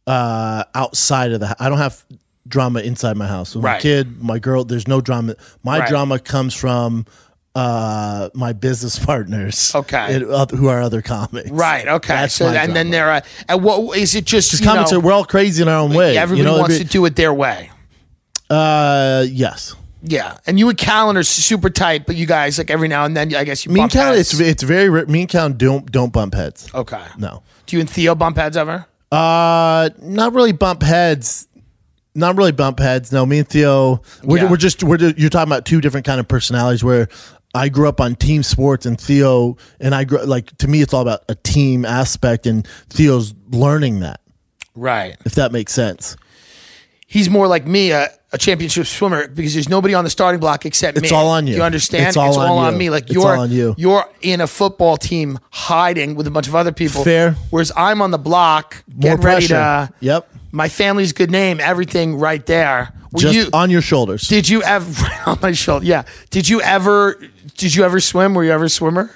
D: uh outside of the hou- I don't have drama inside my house. With my
B: Right.
D: kid, my girl, there's no drama. My
B: Right.
D: drama comes from uh my business [laughs] partners.
B: Okay.
D: and oth- who are other comics.
B: Right. Okay.
D: That's
B: so,
D: my
B: and then
D: drama.
B: there are. And what is it? Just,
D: Just
B: you
D: comics
B: know,
D: are we're all crazy in our own way.
B: Everybody
D: you know,
B: wants
D: every-
B: to do it their way.
D: uh yes.
B: Yeah. And you and Calendar's super tight, but you guys like every now and then, I guess you.
D: Me and
B: bump
D: Cal,
B: heads.
D: it's it's very ra- me and Cal don't don't bump heads.
B: okay.
D: No.
B: Do you and Theo bump heads ever?
D: Uh, not really bump heads. Not really bump heads. No, me and Theo, we're,
B: Yeah.
D: we're just we're ju- you're talking about two different kind of personalities. Where I grew up on team sports, and Theo and I grew like to me, it's all about a team aspect, and Theo's learning that.
B: Right.
D: If that makes sense,
B: He's more like me, a, a championship swimmer, because there's nobody on the starting block except me.
D: It's all on you.
B: You understand?
D: It's all on you.
B: me. Like
D: It's
B: you're
D: all on you.
B: are in a football team hiding with a bunch of other people.
D: Fair.
B: Whereas I'm on the block,
D: more
B: getting ready
D: pressure.
B: to.
D: yep,
B: My family's good name, everything right there. Were
D: just
B: you,
D: on your shoulders.
B: Did you [laughs] ever on my shoulder? Yeah. Did you ever? Did you ever swim? Were you ever a swimmer?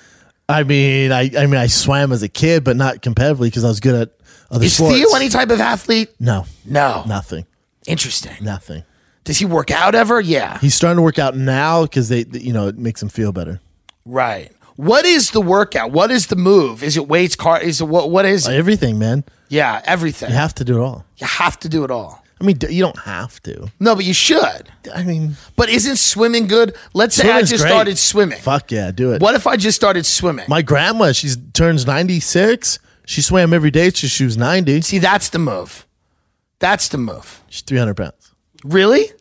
D: I mean, I I mean, I swam as a kid, but not competitively because I was good at other
B: Is
D: sports.
B: Theo any type of athlete?
D: no,
B: No.
D: nothing,
B: Interesting.
D: nothing.
B: Does he work out ever? Yeah.
D: He's starting to work out now because they, you know, it makes him feel better.
B: Right. What is the workout? What is the move? Is it weights? Car? Is it what? What is? It?
D: Everything, man.
B: Yeah. Everything.
D: You have to do it all.
B: You have to do it all.
D: I mean, d- you don't have to.
B: No, but you should.
D: I mean,
B: But isn't swimming good? Let's say I
D: swimming's
B: just
D: great.
B: started swimming.
D: Fuck yeah, do it.
B: What if I just started swimming?
D: My grandma, she turns 96. She swam every day till she was 90.
B: See, that's the move. That's the move.
D: She's 300
B: [laughs]
D: pounds. [laughs]
B: Really?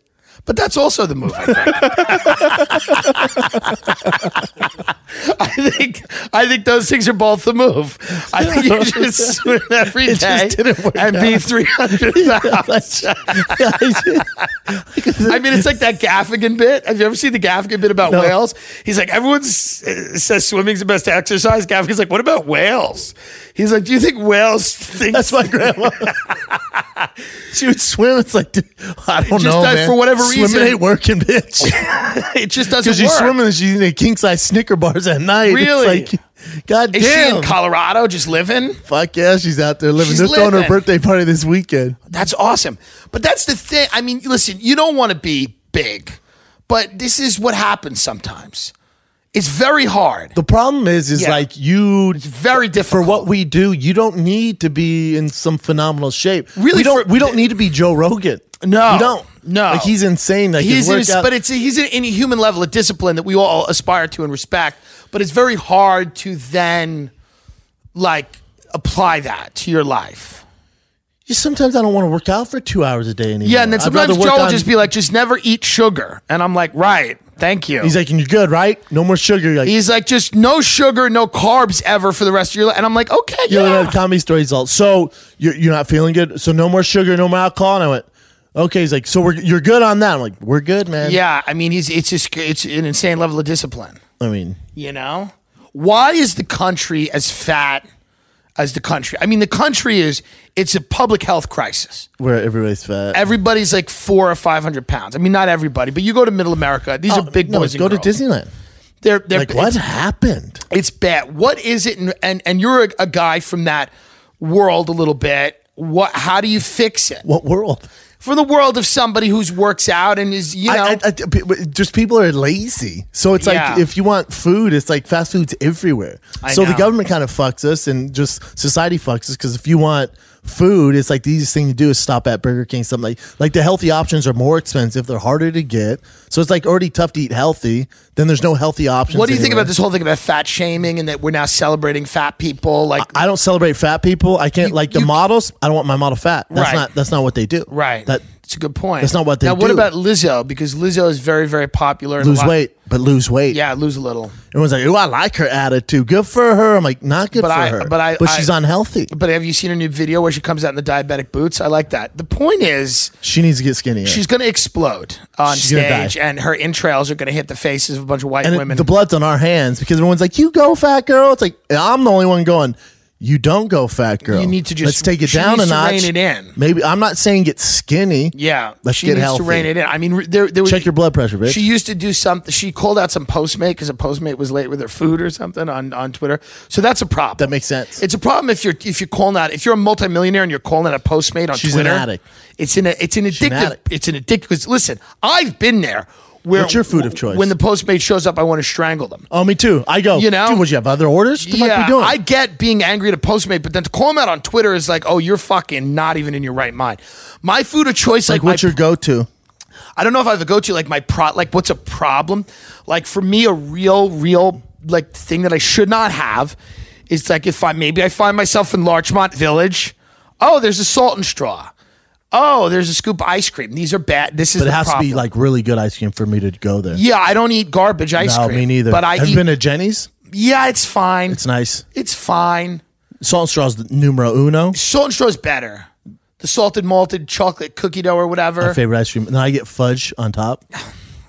B: But that's also the move. I think. [laughs] I think I think those things are both the move. I think
D: [laughs]
B: you just swim every day
D: It just didn't work
B: and be
D: out.
B: three hundred pounds. I mean, it's like that Gaffigan bit. Have you ever seen the Gaffigan bit about whales? He's like, everyone s- uh, says swimming's the best exercise. Gaffigan's like, what about whales? He's like, do you think whales think
D: That's my grandma. [laughs] she would swim. It's like, dude, I don't
B: Just
D: know,
B: that
D: man.
B: for whatever
D: swimming
B: reason-
D: ain't working, bitch.
B: [laughs] it just
D: [laughs]
B: doesn't
D: Because she's
B: work?
D: swimming and she's eating king size Snicker bars at night.
B: Really?
D: It's like, God
B: Is she
D: damn.
B: in Colorado just living?
D: Fuck yeah, she's out there living.
B: She's
D: They're throwing her
B: living.
D: birthday party this weekend.
B: That's awesome. But that's the thing. I mean, listen, you don't want to be big, but this is what happens sometimes. It's very hard.
D: The problem is, is
B: Yeah.
D: like you
B: very
D: for
B: difficult.
D: what we do. You don't need to be in some phenomenal shape.
B: Really,
D: we don't.
B: for-
D: we don't need to be Joe Rogan.
B: No,
D: we don't.
B: no.
D: like he's insane. Like
B: he's
D: he's
B: in,
D: his
B: his-
D: workout,
B: but it's he's in any human level of discipline that we all aspire to and respect. But it's very hard to then like apply that to your life.
D: Just sometimes I don't want to work out for two hours a day anymore.
B: Yeah, and then
D: I'd rather
B: sometimes
D: work
B: Joe will
D: on-
B: just be like, "Just never eat sugar," and I'm like, "Right, thank you."
D: he's like, and you're good, right? No more sugar. You're like,
B: He's like, just no sugar, no carbs ever for the rest of your life. And I'm like, okay,
D: you
B: yeah.
D: know, the comedy stories all. So you're, you're not feeling good. So no more sugar, no more alcohol. And I went, okay. He's like, so we're you're good on that. I'm like, we're good, man.
B: Yeah, I mean, he's it's just it's an insane level of discipline.
D: I mean,
B: You know, why is the country as fat as the country? I mean, the country is it's a public health crisis.
D: where everybody's fat.
B: Everybody's like four or five hundred pounds. I mean, not everybody, but you go to Middle America; these
D: Oh,
B: are big
D: no,
B: boys. and
D: Go to
B: girls.
D: Disneyland.
B: They're, they're
D: Like what
B: It's,
D: happened?
B: it's bad. What is it? And and, and you're a, a guy from that world a little bit. What? How do you fix it?
D: What world?
B: From the world of somebody who's works out and is you know.
D: I, I, I, p- but just people are lazy. So it's
B: Yeah.
D: like if you want food, it's like fast food's everywhere.
B: I
D: so
B: know.
D: the government kind of fucks us, and just society fucks us because if you want food, it's like the easiest thing to do is stop at Burger King. Something like like the healthy options are more expensive, they're harder to get. So it's like already tough to eat healthy. Then there's no healthy options.
B: What do you think
D: anywhere.
B: about this whole thing about fat shaming and that we're now celebrating fat people? Like,
D: I don't celebrate fat people. I can't like the
B: you-
D: models. I don't want my model fat. That's
B: Right.
D: not that's not what they do.
B: Right.
D: That
B: It's a good point.
D: That's not what they
B: Now, what
D: do.
B: about Lizzo? Because Lizzo is very, very popular. and a
D: lose
B: lot-
D: weight, but lose weight.
B: Yeah, lose a little.
D: Everyone's like, oh, I like her attitude. Good for her. I'm like, not good
B: But
D: for
B: I-
D: her.
B: but I-
D: but
B: I-
D: she's unhealthy.
B: But have you seen her new video where she comes out in the diabetic boots? I like that. The point is,
D: She needs to get skinnier.
B: she's going to explode on
D: She's gonna
B: stage,
D: die.
B: and her entrails are going to hit the faces of a bunch of white
D: and it-
B: women.
D: the blood's on our hands because everyone's like, "You go, fat girl." It's like I'm the only one going. You don't go, fat girl.
B: You need to just-
D: let's take it
B: she
D: down
B: needs to
D: a notch.
B: rein it in.
D: Maybe I'm not saying get skinny.
B: yeah,
D: Let's
B: she
D: get
B: needs
D: healthy.
B: to rein it in. I mean, re- there, there was
D: Check your blood pressure, bitch.
B: She used to do something. She called out some Postmate because a Postmate was late with her food or something on, on Twitter. So that's a problem.
D: That makes sense.
B: It's a problem if you're if you're calling out if you're a multimillionaire and you're calling out a Postmate on
D: She's an
B: Twitter.
D: addict.
B: It's an it's an
D: an
B: addictive.
D: addict.
B: it's an addictive. Because listen, I've been there. Where
D: What's your food of choice?
B: When the Postmate shows up, I want to strangle them.
D: oh, me too. I go.
B: You know?
D: dude, would you have other orders? What the fuck
B: yeah,
D: we doing?
B: I get being angry at a Postmate, but then to call them out on Twitter is like, oh, you're fucking not even in your right mind. My food of choice, like,
D: like, what's
B: my
D: your go-to?
B: I don't know if I have a go to like my pro like what's a problem? Like for me, a real, real like thing that I should not have is like if I maybe I find myself in Larchmont Village. Oh, there's a salt and straw. Oh, there's a scoop of ice cream. These are bad. This is
D: But it
B: the
D: has to be
B: problem.
D: like really good ice cream for me to go there.
B: Yeah, I don't eat garbage ice
D: no,
B: cream.
D: me neither.
B: But I
D: have
B: eat,
D: you been to Jenny's?
B: yeah, it's fine.
D: It's
B: It's,
D: nice.
B: fine.
D: Salt and straws the numero uno.
B: Salt and straw is better. The salted malted chocolate cookie dough or
D: My
B: whatever.
D: favorite ice cream. And I get fudge on top.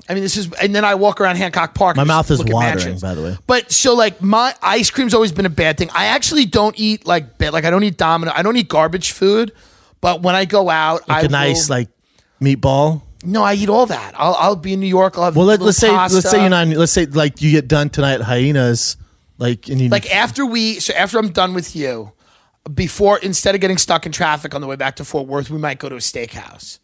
B: I mean, this is, and then I walk around Hancock Park.
D: My
B: and just
D: mouth is
B: look at
D: watering,
B: mansions.
D: by the way.
B: But so, like, my ice cream's always been a bad thing. I actually don't eat like bad, like I don't eat Domino. I don't eat garbage food. But when I go out,
D: Like
B: I
D: a nice
B: will-
D: like meatball.
B: no, I eat all that. I'll, I'll be in New York. I'll have
D: Well, let,
B: little
D: let's say let's
B: pasta.
D: say you're not. Let's say like you get done tonight, at hyenas. Like and you
B: like after we so after I'm done with you. Before instead of getting stuck in traffic on the way back to Fort Worth, we might go to a steakhouse,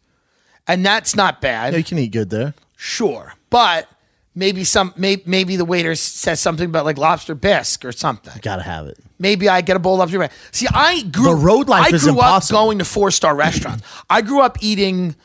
B: and that's not bad.
D: Yeah, you can eat good there.
B: Sure, but maybe some may, maybe the waiter says something about like lobster bisque or something.
D: Gotta have it.
B: Maybe I get a bowl of lobster. bisque. See, I grew
D: The road life
B: I grew
D: is
B: up
D: impossible.
B: going to four star restaurants. I grew up eating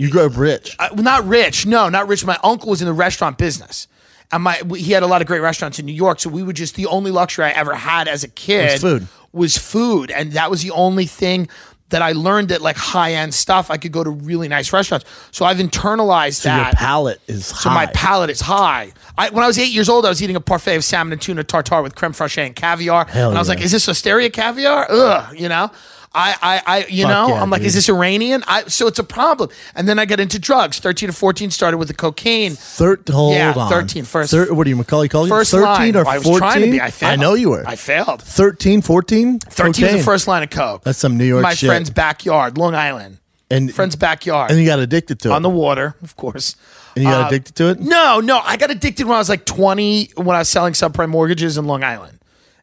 D: You grow up rich.
B: uh, not rich. No, not rich. My uncle was in the restaurant business. And my we- he had a lot of great restaurants in New York, so we would just the only luxury I ever had as a kid
D: Was food.
B: was food, and that was the only thing that I learned that like high end stuff I could go to really nice restaurants. So I've internalized
D: so
B: that.
D: your palate is
B: So
D: high.
B: my palate is high. I, when I was eight years old, I was eating a parfait of salmon and tuna tartare with creme fraiche and caviar.
D: Hell
B: and I was
D: yeah.
B: like, is this Osteria caviar? Ugh, you know? I, I, I you
D: Fuck
B: know,
D: yeah,
B: I'm like, is
D: dude.
B: this Iranian? I, so it's a problem. And then I got into drugs. 13 to 14 started with the cocaine.
D: Third, hold
B: Yeah,
D: on.
B: 13, first-
D: Thir- what do you Macaulay call you?
B: First line.
D: 13 or 14?
B: I was trying to be. I failed.
D: know you were.
B: I failed.
D: 13,
B: 13
D: 14? Cocaine.
B: was the first line of coke.
D: That's some New York
B: My
D: shit.
B: friend's backyard, Long Island.
D: And,
B: Friend's backyard.
D: and you got addicted to it.
B: on the water, of course.
D: and you got
B: Uh,
D: addicted to it?
B: No, no. I got addicted when I was like 20 when I was selling subprime mortgages in Long Island.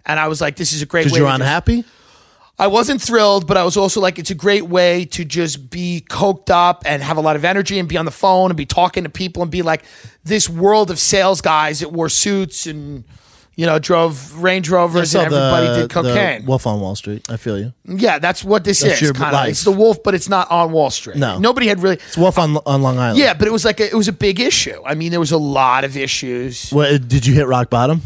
B: And I was like, this is a great way.
D: Because you're
B: to just-
D: unhappy?
B: I wasn't thrilled, but I was also like, it's a great way to just be coked up and have a lot of energy and be on the phone and be talking to people and be like this world of sales guys that wore suits and, you know, drove Range Rovers
D: I
B: and
D: saw the-
B: everybody did
D: the
B: cocaine.
D: Wolf on Wall Street. I feel you.
B: yeah, that's what this
D: That's
B: is.
D: your
B: kinda.
D: life.
B: It's the wolf, but it's not on Wall Street.
D: No.
B: Nobody had really.
D: It's Wolf on, on Long Island.
B: Yeah, but it was like a, it was a big issue. I mean, there was a lot of issues.
D: What, uh, did you hit rock bottom?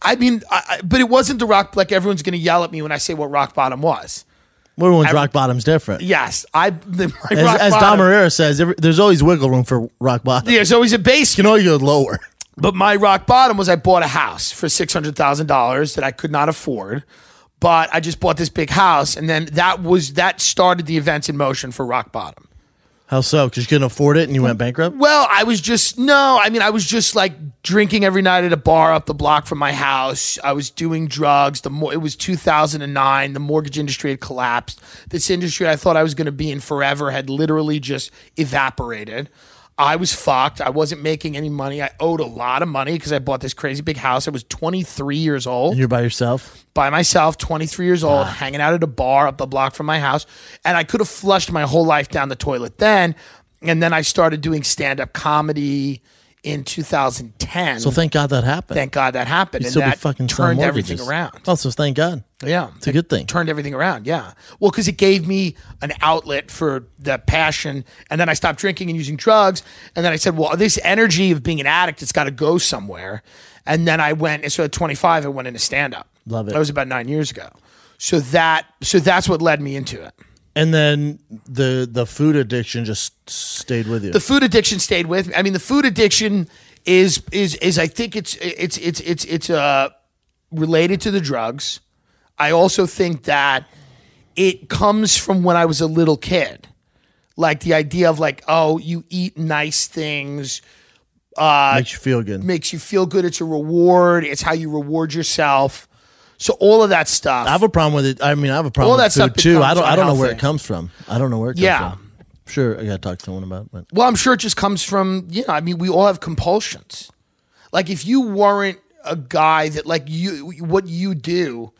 B: I mean, I, I, but it wasn't the rock. Like everyone's going to yell at me when I say what rock bottom was.
D: Well, Everyone's rock bottom's different.
B: Yes, I. [laughs] The, my
D: As,
B: rock
D: as Don
B: bottom-
D: Herrera says, every, there's always wiggle room for rock bottom.
B: there's always a
D: You
B: basement.
D: know you go lower.
B: But my rock bottom was I bought a house for six hundred thousand dollars that I could not afford. But I just bought this big house, and then that was that started the events in motion for rock bottom.
D: How so? Because you couldn't afford it and you went bankrupt?
B: Well, I was just no. I mean, I was just like drinking every night at a bar up the block from my house. I was doing drugs. The mo- it was 2009. The mortgage industry had collapsed. This industry I thought I was going to be in forever had literally just evaporated. I was fucked. I wasn't making any money. I owed a lot of money because I bought this crazy big house. I was 23 years old
D: You're by yourself.
B: by myself, 23 years old,
D: Ah.
B: hanging out at a bar up the block from my house. And I could have flushed my whole life down the toilet then. And then I started doing stand up comedy in 2010.
D: So thank God that happened.
B: Thank God that happened.
D: You'd
B: and
D: still be
B: that
D: fucking selling
B: turned everything
D: mortgages.
B: around.
D: Oh, so thank God.
B: yeah.
D: It's a good thing.
B: Turned everything around. Yeah. Well, because it gave me an outlet for the passion. And then I stopped drinking and using drugs. And then I said, well, this energy of being an addict, it's got to go somewhere. And then I went, so at 25, I went into stand up.
D: Love it.
B: That was about nine years ago. So that, so that's what led me into it.
D: And then the the food addiction just stayed with you.
B: The food addiction stayed with me. I mean, the food addiction is is is I think it's it's it's it's it's uh related to the drugs. I also think that it comes from when I was a little kid. Like the idea of like, oh, you eat nice things,
D: Makes you feel good.
B: makes you feel good. It's a reward. It's how you reward yourself. So all of that stuff.
D: I have a problem with it. I mean, I have a problem
B: All
D: with
B: that stuff
D: food too.
B: becomes
D: I don't. I don't know where it
B: unhealthy.
D: comes from. I don't know where it comes
B: Yeah.
D: from. Sure, I got to talk to someone about it. But
B: Well, I'm sure it just comes from, you know, I mean, we all have compulsions. Like if you weren't a guy that like you what you do,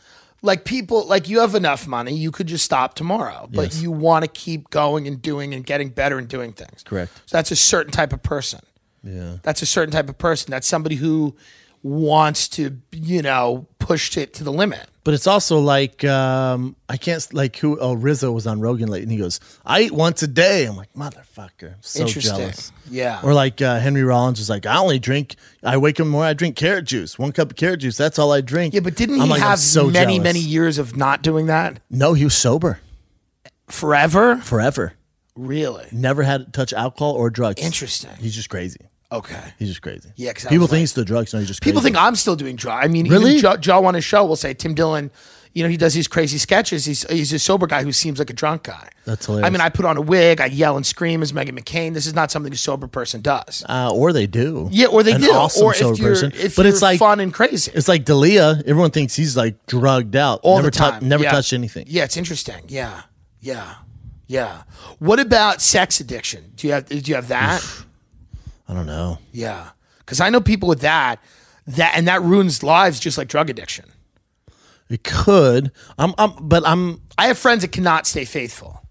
B: like people like you have enough money, you could just stop tomorrow, but you want to keep going and doing and getting better and doing things.
D: Correct.
B: So that's a certain type of person.
D: yeah,
B: That's a certain type of person. That's somebody who wants to, you know, push it to the limit.
D: but it's also like um, I can't s- like who. Oh, Rizzo was on Rogan late, and he goes, "I eat once a day." I'm like, motherfucker, I'm so
B: Interesting.
D: jealous.
B: Yeah.
D: Or like uh, Henry Rollins was like, "I only drink. I wake up more. I drink carrot juice. One cup of carrot juice. That's all I drink."
B: Yeah, but didn't
D: I'm
B: he
D: like, I'm
B: have
D: so
B: many,
D: jealous.
B: many years of not doing that?
D: No, he was sober
B: Forever?
D: forever.
B: Really?
D: Never had to touch alcohol or drugs.
B: Interesting.
D: He's just crazy.
B: Okay.
D: He's just crazy.
B: Yeah, 'cause I
D: people
B: was
D: think
B: like-
D: it's the drugs. No, he's just
B: People
D: crazy.
B: think I'm still doing drugs. I mean,
D: Really?
B: even Joe, Joe on his show will say Tim Dillon, you know, he does these crazy sketches. He's he's a sober guy who seems like a drunk guy.
D: That's hilarious.
B: I mean, I put on a wig, I yell and scream as Megan McCain. This is not something a sober person does.
D: Uh, or they do.
B: Yeah, or they
D: An
B: do.
D: Awesome
B: or if
D: sober
B: you're,
D: person.
B: if
D: but
B: you're
D: it's like
B: fun and crazy.
D: It's like Dalia. Everyone thinks he's like drugged out.
B: all
D: never
B: the time.
D: tou- never
B: Yeah.
D: touched anything.
B: Yeah, it's interesting. Yeah, yeah, yeah. What about sex addiction? Do you have do you have that?
D: I don't know.
B: yeah, because I know people with that that and that ruins lives just like drug addiction.
D: It could. I'm. I'm. But I'm.
B: I have friends that cannot stay faithful.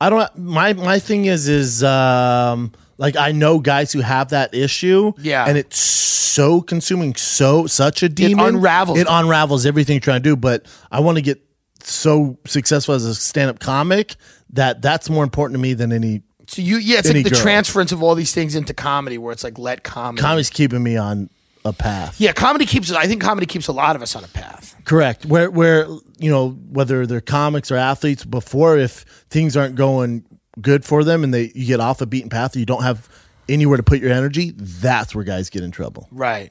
D: I don't. My my thing is is um like I know guys who have that issue.
B: Yeah.
D: And it's so consuming. So such a demon.
B: unravels
D: It
B: them.
D: unravels everything you're trying to do. But I want to get so successful as a stand up comic that that's more important to me than any
B: So you, yeah, it's
D: Any
B: like the
D: girl.
B: transference of all these things into comedy, where it's like let comedy.
D: comedy's keeping me on a path.
B: yeah, comedy keeps. I think comedy keeps a lot of us on a path.
D: Correct. Where where you know whether they're comics or athletes before, if things aren't going good for them and they you get off a beaten path, you don't have anywhere to put your energy. That's where guys get in trouble.
B: Right.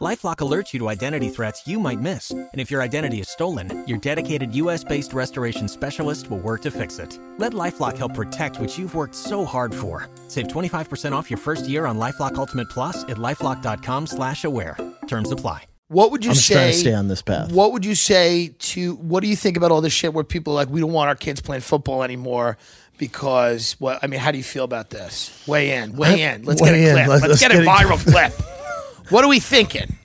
C: Lifelock alerts you to identity threats you might miss. And if your identity is stolen, your dedicated US based restoration specialist will work to fix it. Let Lifelock help protect what you've worked so hard for. Save 25% off your first year on Lifelock Ultimate Plus at lifelock.com slash aware. Terms apply.
B: What would you
D: I'm just
B: say?
D: trying to stay on this path.
B: What would you say to? What do you think about all this shit where people are like we don't want our kids playing football anymore because what? I mean, how do you feel about this? Weigh in. Weigh in. Let's get
D: Weigh
B: a
D: in.
B: clip.
D: Let's-
B: Let's,
D: let's
B: get,
D: get
B: a
D: it.
B: viral clip. What are we thinking?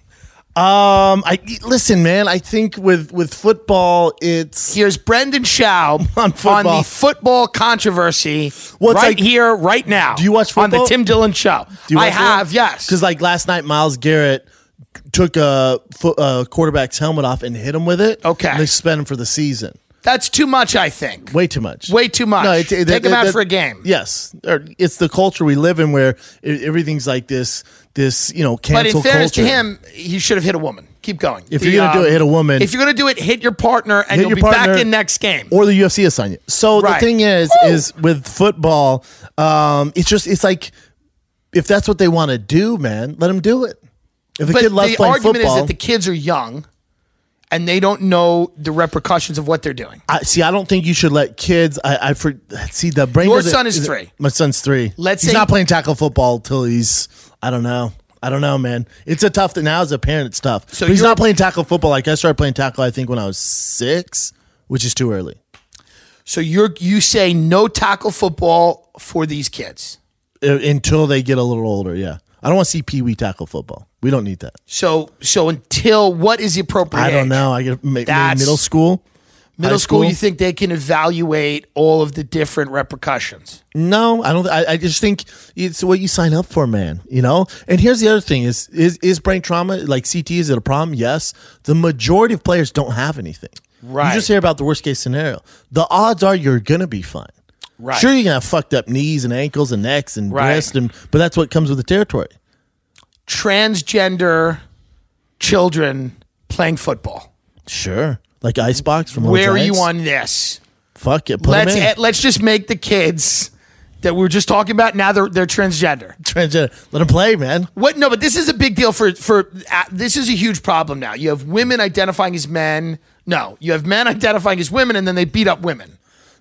D: Um, I listen, man. I think with with football, it's
B: Here's Brendan Schaub
D: [laughs] On
B: on,
D: football.
B: the football controversy
D: Well,
B: right
D: it's like-
B: here, right now.
D: Do you watch
B: on
D: football?
B: the Tim Dillon show?
D: Do you
B: I
D: watch it?
B: have, yes.
D: because like last night, Miles Garrett took a, fo- a quarterback's helmet off and hit him with it.
B: Okay.
D: and they spent him for the season.
B: that's too much. I think.
D: Way too much.
B: Way too much.
D: it- it-
B: Take 'em
D: it-
B: out
D: it-
B: for a game.
D: Yes, Or it's the culture we live in where e- everything's like this. This you know
B: But
D: cancel
B: in fairness
D: culture.
B: to him, he should have hit a woman. Keep going. um,
D: If you're gonna do it, hit a woman.
B: If you're going to do it, hit your partner, and
D: Hit
B: you'll
D: your
B: be
D: partner
B: back in next game.
D: or the UFC is on you. So
B: Right.
D: the thing is, is with football, um, it's just it's like if that's what they want to do, man, let them do it. If a
B: but
D: kid loves
B: the
D: playing
B: argument
D: football,
B: is that the kids are young, and they don't know the repercussions of what they're doing.
D: I, see, I don't think you should let kids. I, I for, see the brain.
B: Your
D: doesn't-
B: son is three.
D: My son's three.
B: Let's
D: he's
B: say-
D: not playing tackle football till he's. I don't know. I don't know, man. It's a tough. Now as a parent, it's tough.
B: So
D: So he's
B: you're-
D: not playing tackle football. Like I started playing tackle, I think when I was six, which is too early.
B: So you're you say no tackle football for these kids.
D: Uh, until they get a little older. Yeah, I don't want to see Pee Wee tackle football. We don't need that.
B: So so until what is the appropriate?
D: I
B: age?
D: don't know. I get maybe
B: That's-
D: middle school.
B: Middle
D: High
B: school,
D: school?
B: you think they can evaluate all of the different repercussions?
D: No, I don't. I, I just think it's what you sign up for, man. You know. And here's the other thing: is is is brain trauma like CT? Is it a problem? Yes. The majority of players don't have anything.
B: Right.
D: You just hear about the worst case scenario. The odds are you're gonna be fine.
B: Right.
D: Sure, you're gonna have fucked up knees and ankles and necks and
B: Right.
D: breasts, and but that's what comes with the territory.
B: Transgender children playing football.
D: Sure. Like icebox from
B: Where are
D: Giants.
B: you on this?
D: Fuck it. Put 'em
B: Let's
D: in.
B: eh, let's just make the kids that we were just talking about now they're they're transgender.
D: [laughs] transgender. Let him play, man.
B: What? No, but this is a big deal for for uh, this is a huge problem now. You have women identifying as men. No, you have men [laughs] identifying as women, and then they beat up women.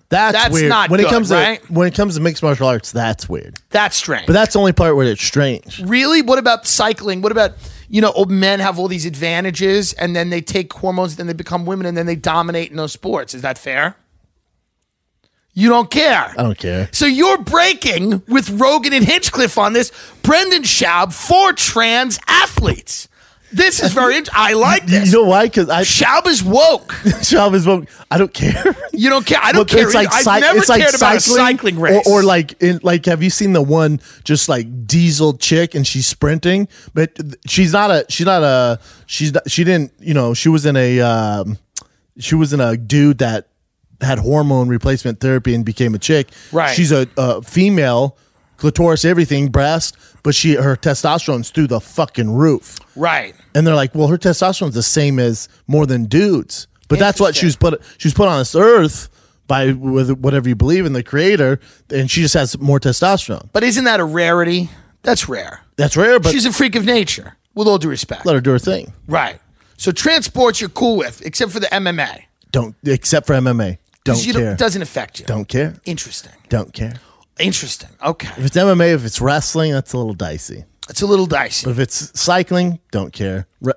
D: That's,
B: That's
D: weird.
B: not
D: when
B: good,
D: it comes
B: right?
D: to when it comes to mixed martial arts. That's weird.
B: That's strange.
D: But that's the only part where it's strange.
B: really, what about cycling? What about you know, old men have all these advantages, and then they take hormones, then they become women, and then they dominate in those sports. Is that fair? You don't care.
D: I don't care.
B: So you're breaking with Rogan and Hinchcliffe on this. Brendan Schaub for trans athletes. This is very. int- I like this.
D: [laughs] You know why? Because I [laughs]
B: Schaub is woke.
D: Schaub is woke. I don't care.
B: You don't care. I don't
D: But
B: care. I've
D: cy-
B: never cared about a cycling race.
D: or, or like in, like have you seen the one just like diesel chick and she's sprinting, but th- she's not a she's not a she's not, she didn't you know she was in a um, she was in a dude that had hormone replacement therapy and became a chick.
B: Right.
D: She's a, a female, clitoris, everything, breast, but she her testosterone's through the fucking roof.
B: right.
D: And they're like, well, her testosterone's the same as more than dudes, but that's what she was put. She was put on this earth by with whatever you believe in the creator, and she just has more testosterone.
B: But isn't that a rarity? That's rare.
D: That's rare, but
B: She's a freak of nature, with all due respect.
D: [laughs] let her do her thing.
B: Right. So trans sports you're cool with, except for the MMA.
D: Don't except for MMA.
B: 'Cause
D: Don't
B: you
D: care.
B: It doesn't affect you.
D: Don't care.
B: Interesting.
D: Don't care.
B: Interesting.
D: If
B: Okay.
D: it's MMA, if it's wrestling, that's a little dicey.
B: It's a little dicey.
D: But if it's cycling, don't care. Re-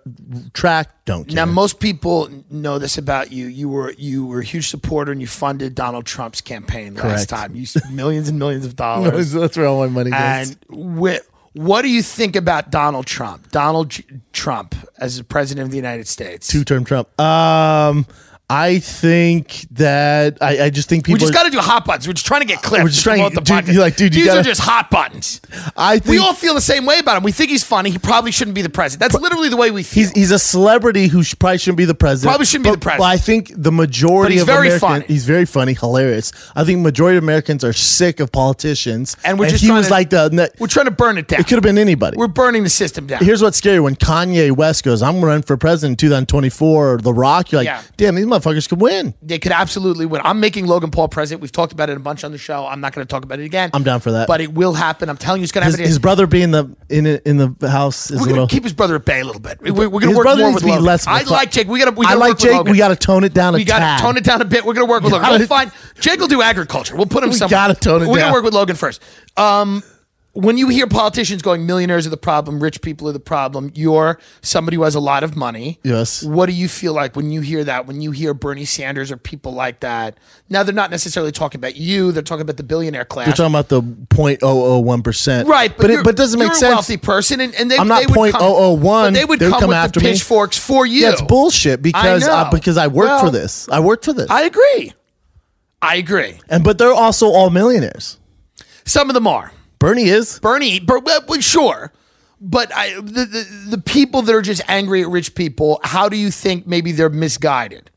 D: track, don't care.
B: Now most people know this about you. You were you were a huge supporter and you funded Donald Trump's campaign last
D: Correct.
B: time. You s- millions and millions
D: [laughs]
B: of dollars.
D: [laughs] that's where all my money goes.
B: And wh- what do you think about Donald Trump? Donald J- Trump as the president of the United States.
D: Two term Trump. Um, I think that I, I just think people.
B: we just
D: are-
B: got to do hot buttons. We're just trying to get clips.
D: We're just
B: to
D: trying-
B: promote the
D: dude,
B: podcast.
D: you're like, dude, you
B: these are
D: gotta-
B: just hot buttons.
D: I think
B: we all feel the same way about him. We think he's funny. He probably shouldn't be the president. That's literally the way we feel.
D: He's, he's a celebrity who sh- probably shouldn't be the president.
B: Probably shouldn't be
D: But-
B: the president.
D: But I think the majority
B: But he's
D: of
B: very
D: Americans,
B: funny.
D: he's very funny, hilarious. I think majority of Americans are sick of politicians,
B: and we're just
D: he
B: trying
D: was
B: to,
D: like the. ne-
B: we're trying to burn it down.
D: it could have been anybody.
B: We're burning the system down.
D: Here's what's scary: when Kanye West goes, "I'm going to run for president in 2024," or The Rock, you're like,
B: Yeah.
D: "Damn, these motherfuckers could win."
B: they could absolutely win. I'm making Logan Paul president. We've talked about it a bunch on the show. I'm not going to talk about it again.
D: I'm down for that.
B: But it will happen. I'm telling you, it's going to
D: His,
B: happen.
D: his brother being the in in the house
B: we're
D: is a
B: going to
D: little.
B: keep his brother at bay a little bit. We, are going to
D: his
B: work
D: brother
B: more
D: needs
B: with
D: to be
B: Logan.
D: less.
B: I like Jake. We got to. We gotta
D: I
B: work
D: like
B: with
D: Jake.
B: Logan.
D: We got to tone it down. A
B: We got to tone it down a bit. We're going to work with Logan. We'll
D: gotta-
B: find Jake will do agriculture. We'll put him
D: We
B: somewhere.
D: gotta tone it
B: We're
D: down.
B: to work with Logan first. Um, when you hear politicians going, millionaires are the problem, rich people are the problem. You're somebody who has a lot of money.
D: Yes.
B: What do you feel like when you hear that? When you hear Bernie Sanders or people like that? Now they're not necessarily talking about you. They're talking about the billionaire class.
D: They're talking about the 0.001 percent,
B: Right, but,
D: But
B: you're-
D: it, but it doesn't make
B: you're
D: sense.
B: A wealthy person, and, and they,
D: I'm not
B: they would come-
D: 0.001.
B: but They would
D: They would
B: come,
D: come
B: with
D: after
B: the
D: me.
B: pitchforks for you.
D: That's bullshit because
B: I
D: I
B: know.
D: because I work
B: Well,
D: for this. I work for this.
B: I agree. I agree.
D: and but they're also all millionaires.
B: Some of them are.
D: Bernie is.
B: Bernie, but, but, but sure. But I, the, the the people that are just angry at rich people, how do you think maybe they're misguided?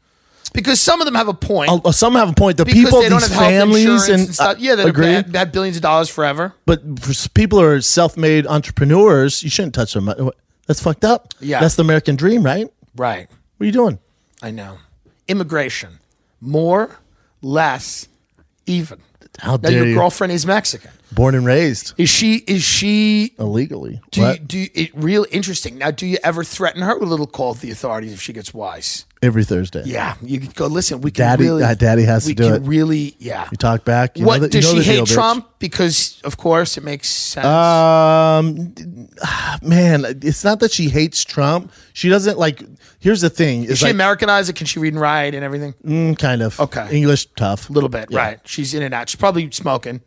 B: Because some of them have a point.
D: uh, Some have a point. The
B: because
D: people,
B: they don't have
D: these
B: health
D: families,
B: insurance
D: and,
B: stuff.
D: I
B: Yeah, that
D: agree.
B: Have, have billions of dollars forever.
D: But for s- people who are self-made entrepreneurs, you shouldn't touch them. Uh, That's fucked up.
B: Yeah.
D: that's the American dream, right?
B: Right.
D: What are you doing?
B: I know. Immigration, more, less, even.
D: How
B: Now
D: dare
B: your
D: you?
B: girlfriend is Mexican.
D: Born and raised
B: Is she? Is she?
D: illegally.
B: Do you,
D: What?
B: do you, it real interesting? Now, do you ever threaten her with a little call to the authorities if she gets wise?
D: every Thursday.
B: Yeah, you could go listen. We can
D: Daddy-
B: really,
D: uh, daddy has to
B: we
D: do
B: can
D: it.
B: Really, yeah.
D: You talk back. You
B: what
D: know the- you
B: does she
D: know the
B: hate
D: deal, bitch.
B: Trump? Because of course it makes sense.
D: Um, [sighs] ah, man, it's not that she hates Trump. She doesn't like. Here's the thing:
B: Is
D: is
B: she
D: like
B: Americanized? It? Can she read and write and everything? A
D: mm, kind of
B: Okay.
D: English tough,
B: little bit,
D: Yeah.
B: right? She's in and out. She's probably smoking.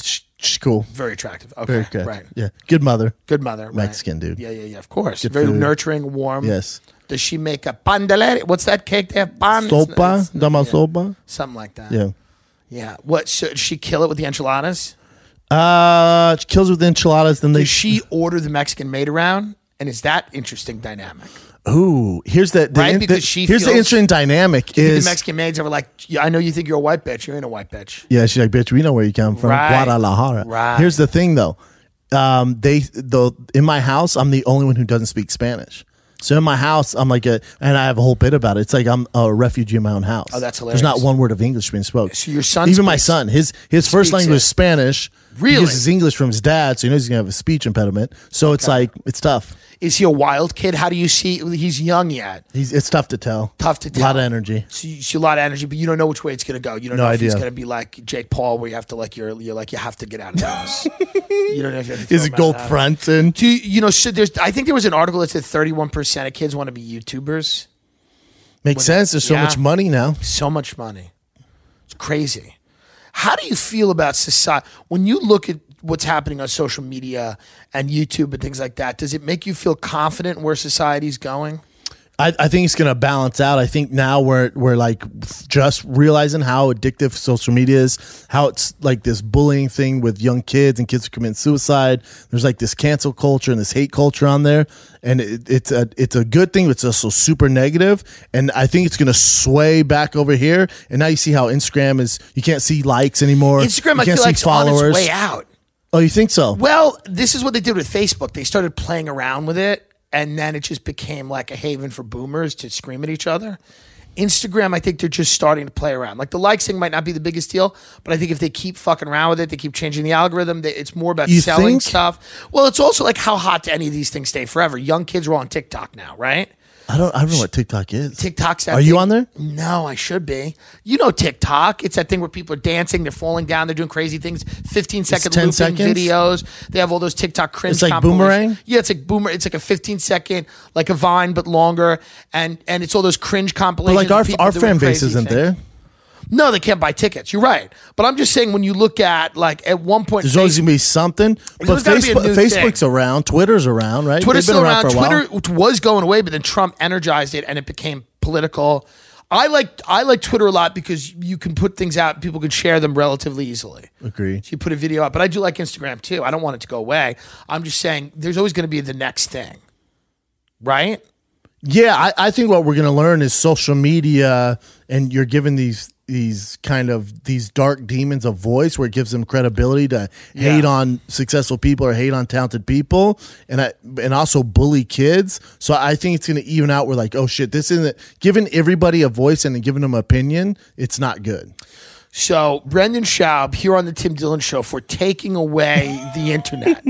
D: Sh- She's cool,
B: Very attractive. Okay,
D: very good.
B: right.
D: Yeah, good mother.
B: Good mother, right.
D: Mexican dude.
B: Yeah, yeah, yeah. Of course,
D: Good
B: very
D: food.
B: nurturing, warm.
D: Yes,
B: Does she make a pandele? What's that cake they have? Pan? Um, it's-
D: sopa,
B: it's-
D: dama
B: yeah,
D: sopa.
B: something like that.
D: Yeah.
B: yeah. What should she kill it with the enchiladas?
D: Uh, she kills with enchiladas. Then they.
B: Does she order the Mexican maid around? And is that interesting dynamic?
D: Ooh, here's the, the
B: Right,
D: in-
B: because
D: the-
B: she
D: here's the
B: feels-
D: interesting dynamic
B: You think
D: is
B: the Mexican maids ever like, yeah, I know you think you're a white bitch. You ain't a white bitch.
D: Yeah, she's like, bitch, we know where you come from,
B: Right.
D: Guadalajara.
B: Right.
D: Here's the thing, though. Um, they the in my house, I'm the only one who doesn't speak Spanish. So in my house, I'm like a, and I have a whole bit about it. It's like I'm a refugee in my own house.
B: Oh, that's
D: There's not
B: hilarious.
D: one word of English being spoken.
B: So your son
D: even my
B: speaks-
D: son, his his first
B: speaks
D: language
B: it.
D: is Spanish.
B: Really?
D: he gets his English from his dad, so he knows he's gonna have a speech impediment. So it's like it's tough.
B: Is he a wild kid? How do you see? He's young yet.
D: He's it's tough to tell.
B: Tough to
D: A lot
B: tell.
D: of energy.
B: So you see a lot of energy, but you don't know which way it's gonna go. You don't
D: No
B: know if he's
D: idea.
B: gonna be like Jake Paul, where you have to like you're you're like you have to get out of the
D: [laughs]
B: house. you don't know if you have to
D: Is
B: throw
D: it
B: him
D: gold
B: out.
D: front and
B: Do you, you know? Should there's? I think there was an article that said 31 percent of kids want to be YouTubers.
D: makes sense? There's so
B: Yeah.
D: much money now.
B: So much money, it's crazy. How do you feel about society when you look at what's happening on social media and YouTube and things like that? Does it make you feel confident in where society's going?
D: I, I think it's going to balance out. I think now we're we're like just realizing how addictive social media is, how it's like this bullying thing with young kids and kids who commit suicide. There's like this cancel culture and this hate culture on there, and it, it's a it's a good thing. but It's also super negative, and I think it's going to sway back over here. And now you see how Instagram is. You can't see likes anymore.
B: Instagram,
D: you
B: I
D: can't
B: feel
D: see
B: like, on its way out.
D: Oh, you think so?
B: Well, this is what they did with Facebook. They started playing around with it, and then it just became like a haven for boomers to scream at each other. Instagram, I think they're just starting to play around. Like the likes thing might not be the biggest deal, but I think if they keep fucking around with it, they keep changing the algorithm. They, it's more about
D: You
B: selling
D: think?
B: stuff. Well, it's also like how hot do any of these things stay forever? Young kids are on TikTok now, right?
D: I don't. I don't know what TikTok is.
B: TikTok's that
D: Are you
B: thing-
D: on there?
B: No, I should be. You know TikTok. It's that thing where people are dancing, they're falling down, they're doing crazy things. 15 second
D: 10
B: looping
D: seconds?
B: videos. They have all those TikTok cringe
D: It's like
B: compilations.
D: Boomerang?
B: Yeah, it's like boomer. It's like a 15 second, like a Vine but longer and and it's all those cringe
D: But
B: compilations.
D: like
B: of
D: our
B: people
D: our
B: doing
D: fan base
B: crazy
D: isn't
B: things.
D: there.
B: No, they can't buy tickets. You're right. But I'm just saying when you look at like at one point
D: There's always
B: Facebook-
D: gonna be something. But
B: always gotta be a
D: Facebook,
B: new
D: Facebook's
B: thing.
D: around, Twitter's around, right?
B: Twitter's
D: They've
B: still around.
D: for a while.
B: Twitter was going away, but then Trump energized it and it became political. I like I like Twitter a lot because you can put things out, people can share them relatively easily.
D: Agree.
B: So you put a video out, but I do like Instagram too. I don't want it to go away. I'm just saying there's always going to be the next thing, right?
D: Yeah, I, I think what we're gonna learn is social media, and you're given these these kind of these dark demons a voice where it gives them credibility to hate on successful people or hate on talented people, and I, and also bully kids. So I think it's gonna even out. We're like, oh shit, this isn't giving everybody a voice and giving them opinion. It's not good.
B: So Brendan Schaub here on the Tim Dillon Show for taking away the
D: [laughs]
B: internet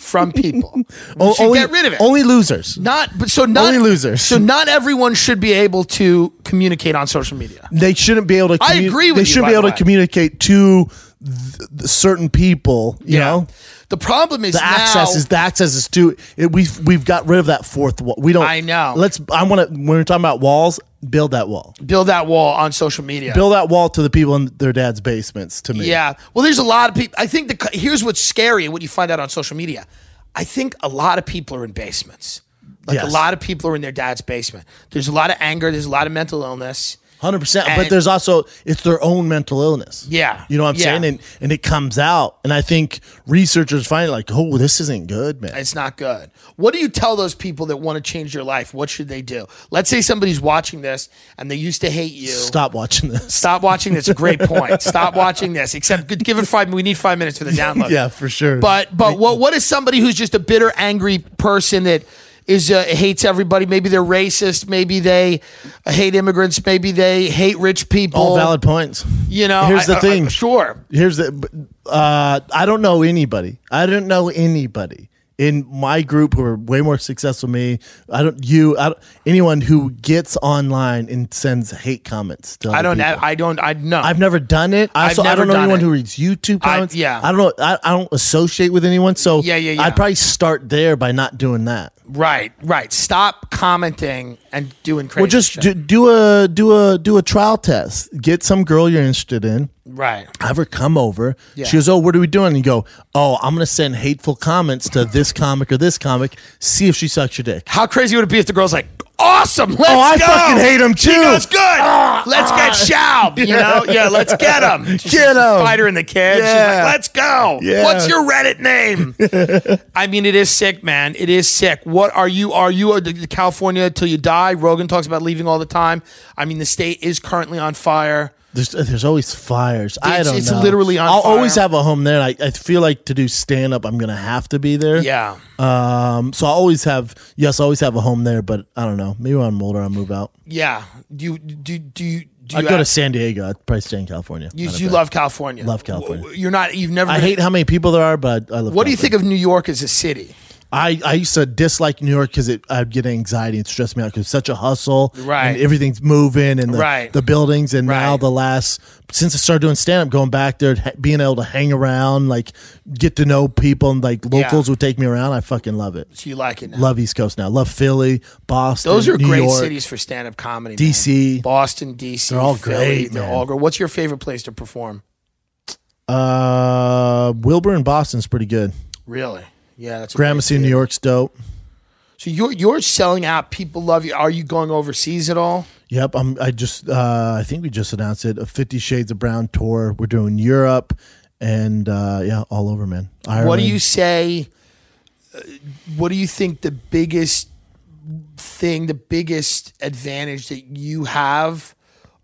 B: from people. We should
D: only,
B: get rid of it.
D: Only losers.
B: not but so not
D: Only losers.
B: So not everyone should be able to communicate on social media.
D: they shouldn't be able to.
B: I agree with
D: They
B: you,
D: shouldn't
B: by
D: be
B: the
D: able
B: way.
D: to communicate to th- th- certain people. You know,
B: The problem is
D: the access
B: now-
D: is the access is to it. We've we've got rid of that fourth wall. We don't.
B: I know.
D: Let's. I want to. When we're talking about walls, build that wall.
B: build that wall on social media.
D: Build that wall to the people in their dad's basements. To me,
B: yeah. Well, there's a lot of people. I think the co- here's what's scary and what you find out on social media. I think a lot of people are in basements. Like a
D: Yes.
B: lot of people are in their dad's basement. There's a lot of anger. There's a lot of mental illness.
D: hundred percent.
B: And-
D: But there's also it's their own mental illness.
B: Yeah.
D: you know what I'm
B: Yeah.
D: saying, and and it comes out. And I think researchers find it like, oh, this isn't good, man.
B: It's not good. What do you tell those people that want to change their life? What should they do? Let's say somebody's watching this and they used to hate you.
D: Stop watching this.
B: Stop watching this. A great point. Stop watching this. Except g- give it five. We need five minutes for the download.
D: [laughs] Yeah, for sure.
B: But but what what is somebody who's just a bitter, angry person that is uh, hates everybody? Maybe they're racist. Maybe they hate immigrants. Maybe they hate rich people.
D: All valid points.
B: You know.
D: here's
B: I-
D: the
B: I- I-
D: thing.
B: sure.
D: uh, Here's the. Uh, I don't know anybody. I don't know anybody in my group who are way more successful than me. I don't you I don't, anyone who gets online and sends hate comments. To
B: I
D: other
B: don't.
D: people.
B: I, I don't. I no.
D: I've never done it. I,
B: I've
D: so I
B: never
D: don't know
B: done
D: anyone
B: it.
D: who reads YouTube
B: I-
D: comments.
B: yeah.
D: I don't know. I, I don't associate with anyone. So
B: Yeah, yeah, yeah.
D: I'd probably start there by not doing that.
B: Right. Right. Stop commenting and doing crazy.
D: well, just
B: shit.
D: do, do a do a do a trial test. Get some girl you're interested in.
B: right.
D: Have her come over.
B: Yeah.
D: She goes, "Oh, what are we doing?" And you go, "Oh, I'm gonna send hateful comments to this comic or this comic. See if she sucks your dick."
B: How crazy would it be if the girl's like, "Awesome, let's
D: oh, I
B: go."
D: fucking hate him too. Ah,
B: She goes, "Good, let's get Schaub." You know, yeah, let's get him.
D: [laughs] Get 'em.
B: Fight her in the kid. She's
D: Yeah.
B: like, "Let's go."
D: Yeah.
B: What's your Reddit
D: [laughs]
B: name? I mean, it is sick, man. It is sick. What are you? Are you a, the- the California till you die? Rogan talks about leaving all the time. I mean, the state is currently on fire.
D: There's, uh, there's always fires. I
B: It's-
D: don't
B: it's
D: know.
B: literally on
D: I'll
B: fire.
D: always have a home there. I, I feel like to do stand up, I'm gonna have to be there.
B: Yeah.
D: Um. So I always have. Yes, I always have a home there. But I don't know. Maybe when I'm older, I'll move out.
B: Yeah. Do you do do you do
D: I'd
B: you
D: go to
B: have-
D: San Diego. I'd probably stay in California.
B: you,
D: Not a
B: you
D: bad-
B: love California.
D: Love California.
B: You're not. You've never.
D: I
B: been-
D: hate how many people there are, but I love.
B: What do you
D: California.
B: think of New York as a city?
D: I, I used to dislike New York because I'd get anxiety and stress me out because such a hustle,
B: Right.
D: And everything's moving and the,
B: Right.
D: the buildings. And now
B: Right.
D: the last since I started doing stand up, going back there, ha- being able to hang around, like get to know people, and like locals would take me around. I fucking love it.
B: Do you like it now?
D: Love East Coast now. Love Philly, Boston.
B: Those are
D: New
B: great
D: York.
B: cities for stand-up comedy. man.
D: DC.
B: Boston, DC.
D: They're all
B: Philly,
D: great,
B: They're
D: man.
B: all great. What's your favorite place to perform?
D: Uh, Wilbur in Boston's pretty good.
B: Really? Yeah, that's a great
D: Gramercy in New
B: theater.
D: York's dope.
B: So you're you're selling out. People love you. Are you going overseas at all?
D: Yep, I'm. I just. Uh, I think we just announced it. A Fifty Shades of Brown tour. We're doing Europe, and uh, yeah, all over, man. Ireland.
B: What do you say? uh, What do you think the biggest thing, the biggest advantage that you have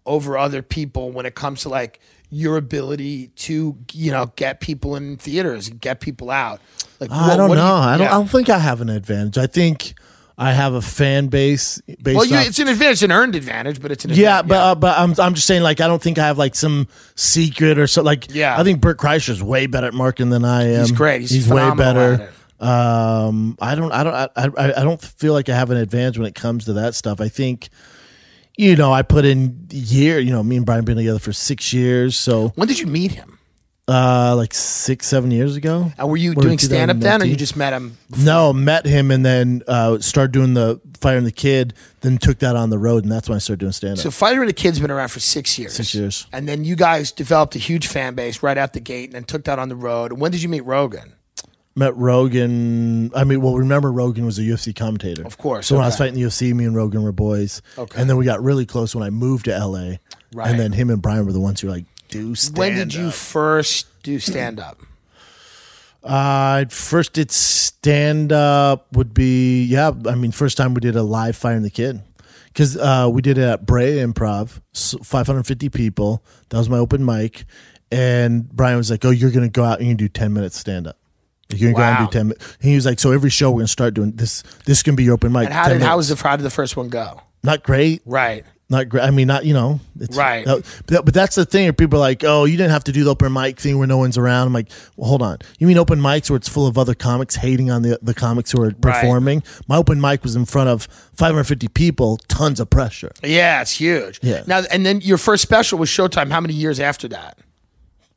B: over other people when it comes to like your ability to you know get people in theaters and get people out? Like
D: I
B: what-
D: don't
B: what
D: know.
B: do you-
D: I don't.
B: yeah.
D: I don't think I have an advantage. I think I have a fan base based.
B: Well, you,
D: off-
B: it's an advantage, an earned advantage, but it's an
D: yeah,
B: advantage,
D: but uh, but I'm I'm just saying like I don't think I have like some secret or so like
B: Yeah.
D: I think Burt Kreischer's way better at marking than I am.
B: He's great. He's
D: way
B: phenomenal at
D: better.
B: it.
D: Um, I don't I don't I, I I don't feel like I have an advantage when it comes to that stuff. I think you know I put in year. You know me and Brian been together for six years, so
B: when did you meet him?
D: uh like six seven years ago.
B: And Uh, were you
D: Or
B: doing stand up then, or you
D: 2019?
B: just met him?
D: No, met him and then uh, started doing the Fire and the Kid, then took that on the road, and that's when I started doing stand up.
B: So Fighter and the Kid's been around for six years.
D: Six years.
B: And then you guys developed a huge fan base right out the gate, and then took that on the road. When did you meet Rogan?
D: met Rogan. I mean, well, remember Rogan was a UFC commentator,
B: Of course,
D: So when I was
B: okay.
D: fighting the UFC, me and Rogan were boys.
B: Okay.
D: and then we got really close when I moved to LA.
B: Right.
D: and then him and Brian were the ones who were like do stand.
B: when did you
D: up."
B: first do stand
D: [clears throat]
B: up?
D: I Uh, first did stand up would be yeah. I mean, first time we did a live Fire in the Kid because uh, we did it at Bray Improv, s- 550 people. That was my open mic, and Brian was like, "Oh, you're gonna go out and you do 10 minutes stand up." You're gonna go out
B: Wow.
D: and do ten. minutes. He was like, "So every show we're gonna start doing this. This can be your open mic."
B: And how
D: 10
B: did how
D: minutes."
B: was the how did the first one go?
D: not great?
B: Right.
D: Not great. I mean, not you know, it's,
B: Right.
D: that- but, but that's the thing. where People are like, "Oh, you didn't have to do the open mic thing where no one's around." I'm like, well, "Hold on, you mean open mics where it's full of other comics hating on the the comics who are performing?" My open mic was in front of 550 people, tons of pressure.
B: Yeah, it's huge.
D: Yeah.
B: Now and then your first special was Showtime. How many years after that?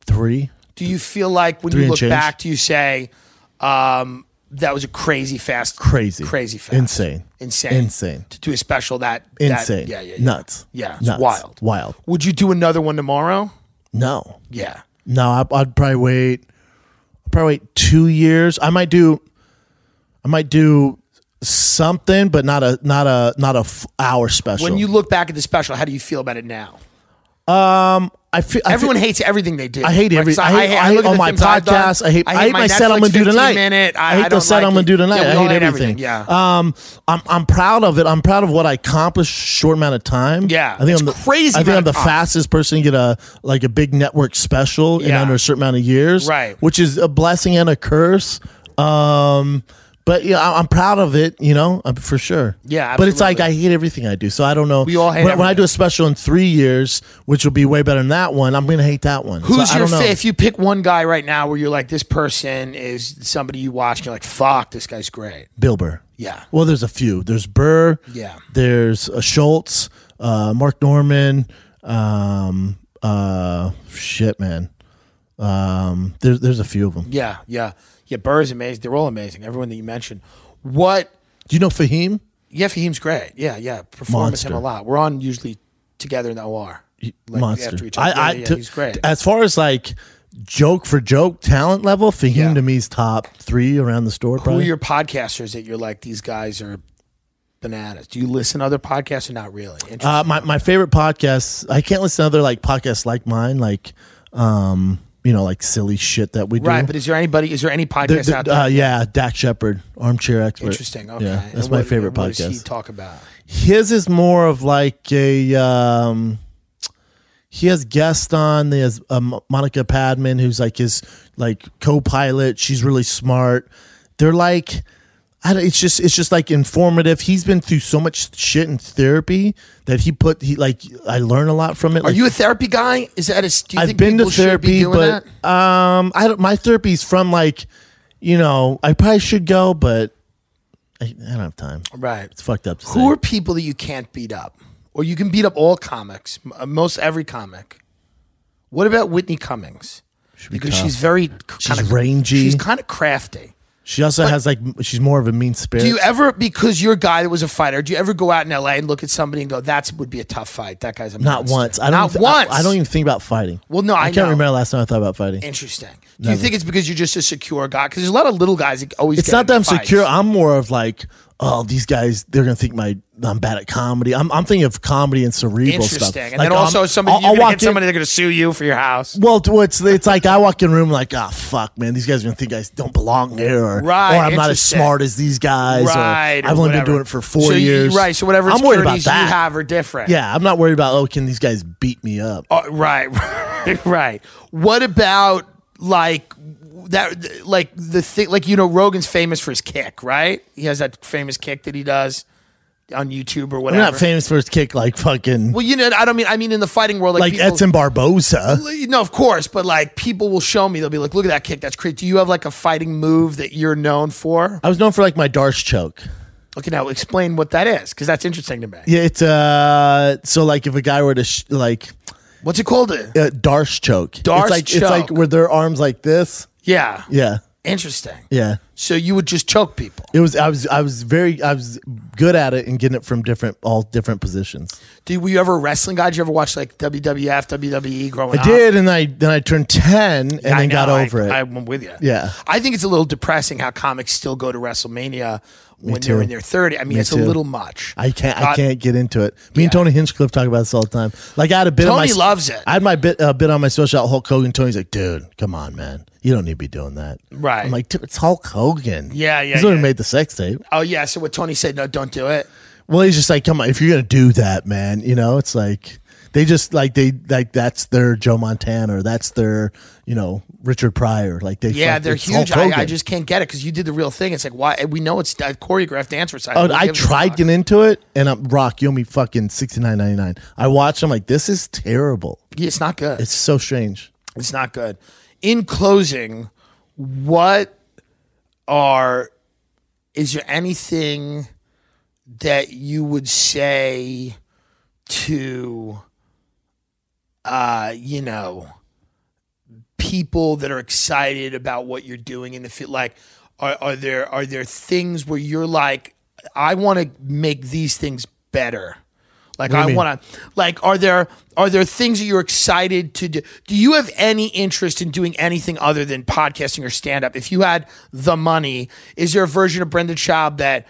D: Three.
B: Do you feel like when
D: Three
B: you
D: and
B: look
D: change.
B: back, do you say, um, that was a crazy fast,
D: Crazy.
B: crazy fast,
D: Insane.
B: insane,
D: Insane.
B: To do a special that that-
D: Insane.
B: yeah, yeah, yeah,
D: Nuts.
B: yeah, it's
D: Nuts.
B: wild,
D: Wild.
B: Would you do another one tomorrow?
D: No.
B: Yeah,
D: No, I, I'd probably wait. I'd probably wait two years. I might do. I might do something, but not a not a not a f- hour special.
B: When you look back at the special, how do you feel about it now?
D: I feel I
B: Everyone
D: feel,
B: hates everything they do.
D: I hate
B: Like,
D: every.
B: so
D: I hate, I hate
B: look at
D: all
B: the
D: my
B: things I've done.
D: podcasts. I hate. I hate my, set I'm
B: Netflix
D: gonna do
B: 15
D: tonight.
B: Minute. I,
D: I hate the
B: don't
D: set
B: like
D: I'm gonna
B: it.
D: do tonight.
B: Yeah, we
D: I
B: all
D: hate everything.
B: Yeah,
D: Um, I'm I'm proud of it. I'm proud of what I accomplished short amount of time.
B: Yeah,
D: I think
B: it's
D: I'm the
B: crazy
D: I think
B: amount
D: I'm the
B: of time.
D: fastest person to get a like a big network special in
B: Yeah.
D: under a certain amount of years.
B: Right.
D: which is a blessing and a curse. Um, But yeah, I- I'm proud of it. You know, I'm- for sure.
B: Yeah,
D: but it's like I
B: absolutely.
D: hate everything I do, so I don't know.
B: We all hate
D: when, when I
B: everything.
D: do a special in three years, which will be way better than that one. I'm gonna hate that one. So
B: Who's
D: I
B: your
D: don't know.
B: fit? If you pick one guy right now where you're like, this person is somebody you watch, and you're like, fuck, this guy's great.
D: Bill Burr.
B: Yeah.
D: Well, there's a few. There's Burr.
B: Yeah.
D: There's uh, Schultz, uh, Mark Norman. Um, uh, shit, man. Um, there's there's a few of them.
B: Yeah, yeah. Yeah, Burr's amazing. They're all amazing. Everyone that you mentioned. What?
D: Do you know Fahim?
B: Yeah, Fahim's great. Yeah, yeah. Perform with him
D: Monster.
B: a lot. We're on usually together in the OR. Like,
D: Monster.
B: After each other. yeah, yeah,
D: to-
B: he's great.
D: As far as like joke for joke talent level, Fahim
B: Yeah.
D: to me is top three around the store.
B: Who are
D: Probably.
B: your podcasters that you're like, these guys are bananas? Do you listen to other podcasts or not really? Interesting.
D: Uh, my my favorite podcasts. I can't listen to other like podcasts like mine. Like, um, you know, like silly shit that we do.
B: right, but is there anybody, is there any podcast
D: The- the-
B: out there?
D: uh, yeah, Dak Shepard, armchair expert.
B: Interesting. Okay.
D: Yeah, that's
B: And
D: my
B: what-
D: favorite
B: what does he
D: podcast.
B: talk about?
D: His is more of like a. Um, he has guests on. He has um, Monica Padman, who's like his like co-pilot. She's really smart. They're like, I don't, it's just it's just like informative. He's been through so much shit in therapy that he put he like I learn a lot from it.
B: Are
D: Like,
B: you a therapy guy? Is that a? Do you
D: I've
B: think
D: been to
B: people should be
D: therapy,
B: doing
D: but
B: that?
D: um, I don't. My therapy's from like, you know, I probably should go, but I, I don't have time.
B: right.
D: It's fucked up. To
B: Who
D: say.
B: are people that you can't beat up, or you can beat up all comics, m- uh, most every comic? What about Whitney Cummings?
D: be
B: because
D: tough.
B: she's very k-
D: She's
B: kinda-
D: rangy.
B: She's kind of crafty.
D: She also has like m- she's more of a mean spirit.
B: Do you ever, because you're a guy that was a fighter, do you ever go out in LA and look at somebody and go, "That would be a tough fight. That guy's a
D: Not
B: monster."
D: once. I don't.
B: Not
D: even,
B: once.
D: I, I don't even think about fighting.
B: Well, no, I
D: can't
B: know.
D: remember the last time I thought about fighting.
B: Interesting. Do you think it's because you're just a secure guy? Because there's a lot of little guys that always.
D: It's
B: get
D: not that I'm
B: into fights.
D: secure. I'm more of like, oh, these guys, they're gonna think my I'm bad at comedy. I'm, I'm thinking of comebody and cerebral
B: Interesting.
D: stuff.
B: And
D: Like,
B: then also
D: I'm-
B: somebody
D: I'll-
B: you're
D: I'll
B: gonna
D: walk
B: get
D: in-
B: somebody that's gonna sue you for your house.
D: Well, t- well, it's it's like I walk in a room like, ah, fuck, man, these guys are gonna think I don't belong here, or,
B: Right,
D: or I'm not as
B: interesting.
D: smart as these guys, or
B: right. or
D: I've only
B: whatever.
D: been doing it for four
B: So you-
D: years,
B: right. So whatever
D: I'm worried about
B: insecurities you
D: that.
B: have are different.
D: yeah, I'm not worried about oh, can these guys beat me up?
B: Uh, right. [laughs] right. What about like that? Like the thing. Like you know, Rogan's famous for his kick. Right. He has that famous kick that he does on YouTube or
D: I'm
B: whatever.
D: not famous for his kick like fucking
B: Well, you know, I don't mean. I mean, in the fighting world, like,
D: like
B: people,
D: Edson Barboza.
B: No, of course, but like people will show me. They'll be like, "Look at that kick. That's crazy." Do you have like a fighting move that you're known for?
D: I was known for like my Darce choke.
B: Okay, now explain what that is because that's interesting to me.
D: Yeah, it's uh, so like if a guy were to sh- like
B: What's it called?
D: uh, Darce choke,
B: Darce
D: it's like it's like
B: choke.
D: where their arms like this.
B: Yeah.
D: Yeah,
B: Interesting.
D: yeah.
B: So you would just choke people.
D: It was I was I was very I was good at it and getting it from different all different positions.
B: Did, were you ever a wrestling guy? Did you ever watch like WWF, WWE E growing
D: I
B: up?
D: did, and I then I turned ten and
B: I
D: then got
B: know,
D: over
B: I,
D: it.
B: I'm with you.
D: Yeah.
B: I think it's a little depressing how comics still go to WrestleMania when
D: too.
B: they're in their 30. I mean,
D: Me
B: it's a
D: too.
B: little much.
D: I can't. I
B: God-
D: can't get into it. Me and Tony Hinchcliffe talk about this all the time. Like I had a bit. on my,
B: Tony loves it.
D: I had my bit a bit on my social out Hulk Hogan. Tony's like, dude, come on, man, you don't need to be doing that.
B: Right.
D: I'm like, dude, it's Hulk Hogan.
B: Yeah, yeah,
D: He's the one
B: yeah.
D: who made the sex tape.
B: Oh, yeah. So what Tony said, no, don't do it.
D: Well, he's just like, come on, if you're gonna do that, man, you know, it's like they just like they like that's their Joe Montana or that's their you know Richard Pryor. Like they
B: Yeah,
D: fuck-
B: they're
D: it's Hulk
B: huge. I, I
D: Hogan.
B: just can't get it because you did the real thing. It's like, why? We know it's a choreographed dance recital.
D: Oh,
B: Who
D: I
B: gives a
D: tried
B: fuck?
D: getting into it, and I'm Rock. You owe me fucking sixty nine ninety nine. I watched. I'm like, this is terrible.
B: Yeah, It's not good.
D: It's so strange.
B: It's not good. In closing, what are is there anything that you would say to uh, you know, people that are excited about what you're doing in the field like are, are there are there things where you're like I want to make these things better like I want to like are there are there things that you're excited to do do you have any interest in doing anything other than podcasting or stand up if you had the money is there a version of Brendan Schaub that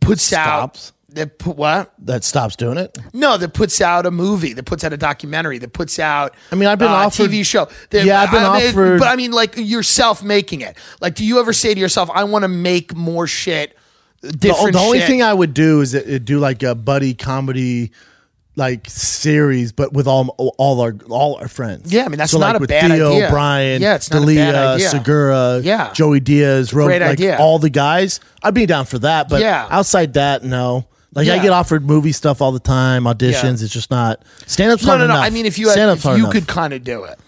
B: puts
D: Stops.
B: out that put what
D: That stops doing it.
B: no, that puts out a movie, that puts out a documentary, that puts out. uh,
D: I mean, I've been offered-
B: a TV show. that-
D: Yeah, I've been
B: I mean,
D: offered-
B: but I mean, like yourself making it. Like, do you ever say to yourself, "I want to make more shit"?
D: The,
B: Different
D: the only
B: shit?
D: thing I would do is uh, do like a buddy comedy, like series, but with all all our all our friends.
B: Yeah, I mean, that's
D: so
B: not
D: like
B: a
D: with
B: bad
D: Theo,
B: idea.
D: Brian,
B: Yeah, it's not a
D: D'Elia,
B: bad idea.
D: Segura,
B: Yeah.
D: Joey Diaz, Ro-
B: Great
D: like
B: idea.
D: all the guys. I'd be down for that, but
B: Yeah.
D: outside that, no. Like I
B: Yeah.
D: get offered movie stuff all the time, auditions.
B: Yeah.
D: It's just not stand up's
B: No,
D: hard
B: no, no.
D: enough.
B: I mean, if you had,
D: Stand-up's
B: if
D: hard
B: you
D: enough.
B: could kind of do it.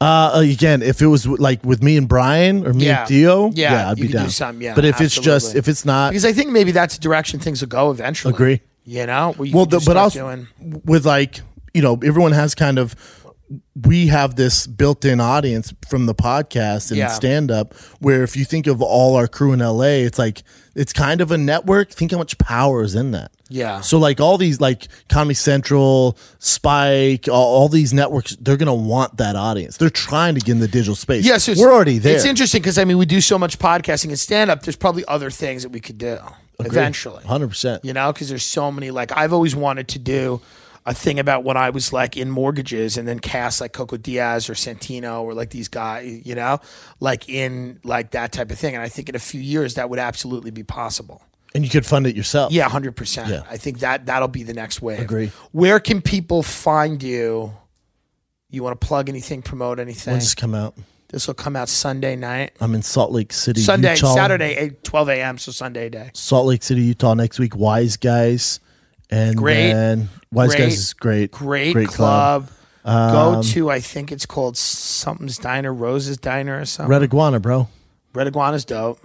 D: Uh, again, if it was like with me and Brian or me
B: Yeah.
D: and Theo,
B: Yeah,
D: yeah, I'd
B: you
D: be
B: could do
D: down.
B: some, yeah,
D: but if it's just
B: absolutely.
D: if it's not,
B: Because I think maybe that's the direction things will go eventually.
D: Agree.
B: You know? Where you
D: well,
B: can
D: the,
B: just
D: but
B: start
D: also
B: doing-
D: with like you know everyone has kind of we have this built-in audience from the podcast and
B: Yeah.
D: stand-up where if you think of all our crew in la it's like it's kind of a network think how much power is in that
B: Yeah.
D: so like all these like comedy central spike all, all these networks they're gonna want that audience they're trying to get in the digital space
B: Yes, it's-
D: we're already there
B: It's interesting because I mean we do so much podcasting and stand up. There's probably other things that we could do eventually.
D: 100%
B: You know, because there's so many. Like I've always wanted to do a thing about when I was like in mortgages, and then cast like Coco Diaz or Santino or like these guys. You know, like in like that type of thing. And I think in a few years that would absolutely be possible.
D: and you could fund it yourself
B: Yeah, hundred percent.
D: Yeah.
B: I think that that'll be the next wave.
D: Agree.
B: Where can people find you? You want to plug anything, promote anything?
D: when's this come out
B: This will come out Sunday night.
D: i'm in salt lake city
B: Sunday,
D: Utah.
B: Saturday, 8, 12 a.m. So Sunday day.
D: Salt Lake City, Utah next week. Wise Guys, and
B: Great.
D: then Wise
B: Great.
D: Guys is great, Um,
B: Great, club. Go to, I think it's called something's diner, Rose's diner or something.
D: Red Iguana, bro.
B: Red Iguana's dope.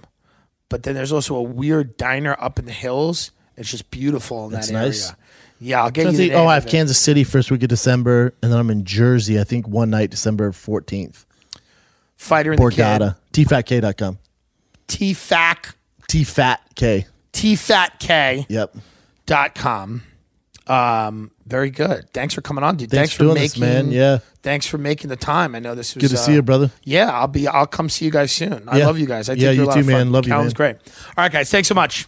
B: But then there's also a weird diner up in the hills. It's just beautiful in
D: That's
B: that
D: nice.
B: area. Yeah, I'll get
D: So I
B: you.
D: think-
B: The
D: oh,
B: name
D: I
B: of
D: have
B: it.
D: Kansas City first week of December, and then I'm in Jersey. I think one night, December fourteenth.
B: Fighter in
D: Borgata, tfatk.com,
B: the Kid. TFAC,
D: tfatk.
B: TFATK
D: Yep,
B: dot com. Um, very good. Thanks for coming on, dude.
D: Thanks
B: for
D: for doing
B: making,
D: this, man. Yeah.
B: Thanks for making the time. I know this was
D: good to see
B: uh,
D: you, brother.
B: Yeah, I'll be. I'll come see you guys soon. I
D: Yeah.
B: love you guys. I think
D: Yeah,
B: you're
D: you
B: a lot
D: too,
B: of fun.
D: man. Love you,
B: Calvin's
D: man.
B: great. All right, guys. Thanks so much.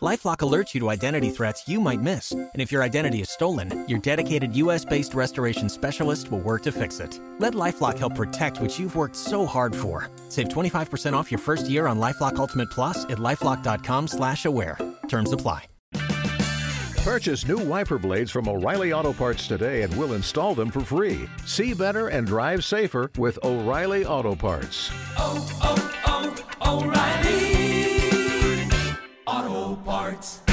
C: Lifelock alerts you to identity threats you might miss. And if your identity is stolen, your dedicated US based restoration specialist will work to fix it. Let Lifelock help protect what you've worked so hard for. Save 25% off your first year on Lifelock Ultimate Plus at lifelock.com slash aware. Terms apply.
E: Purchase new wiper blades from O'Reilly Auto Parts today and we'll install them for free. See better and drive safer with O'Reilly Auto Parts.
F: oh, oh, O'Reilly Auto Parts.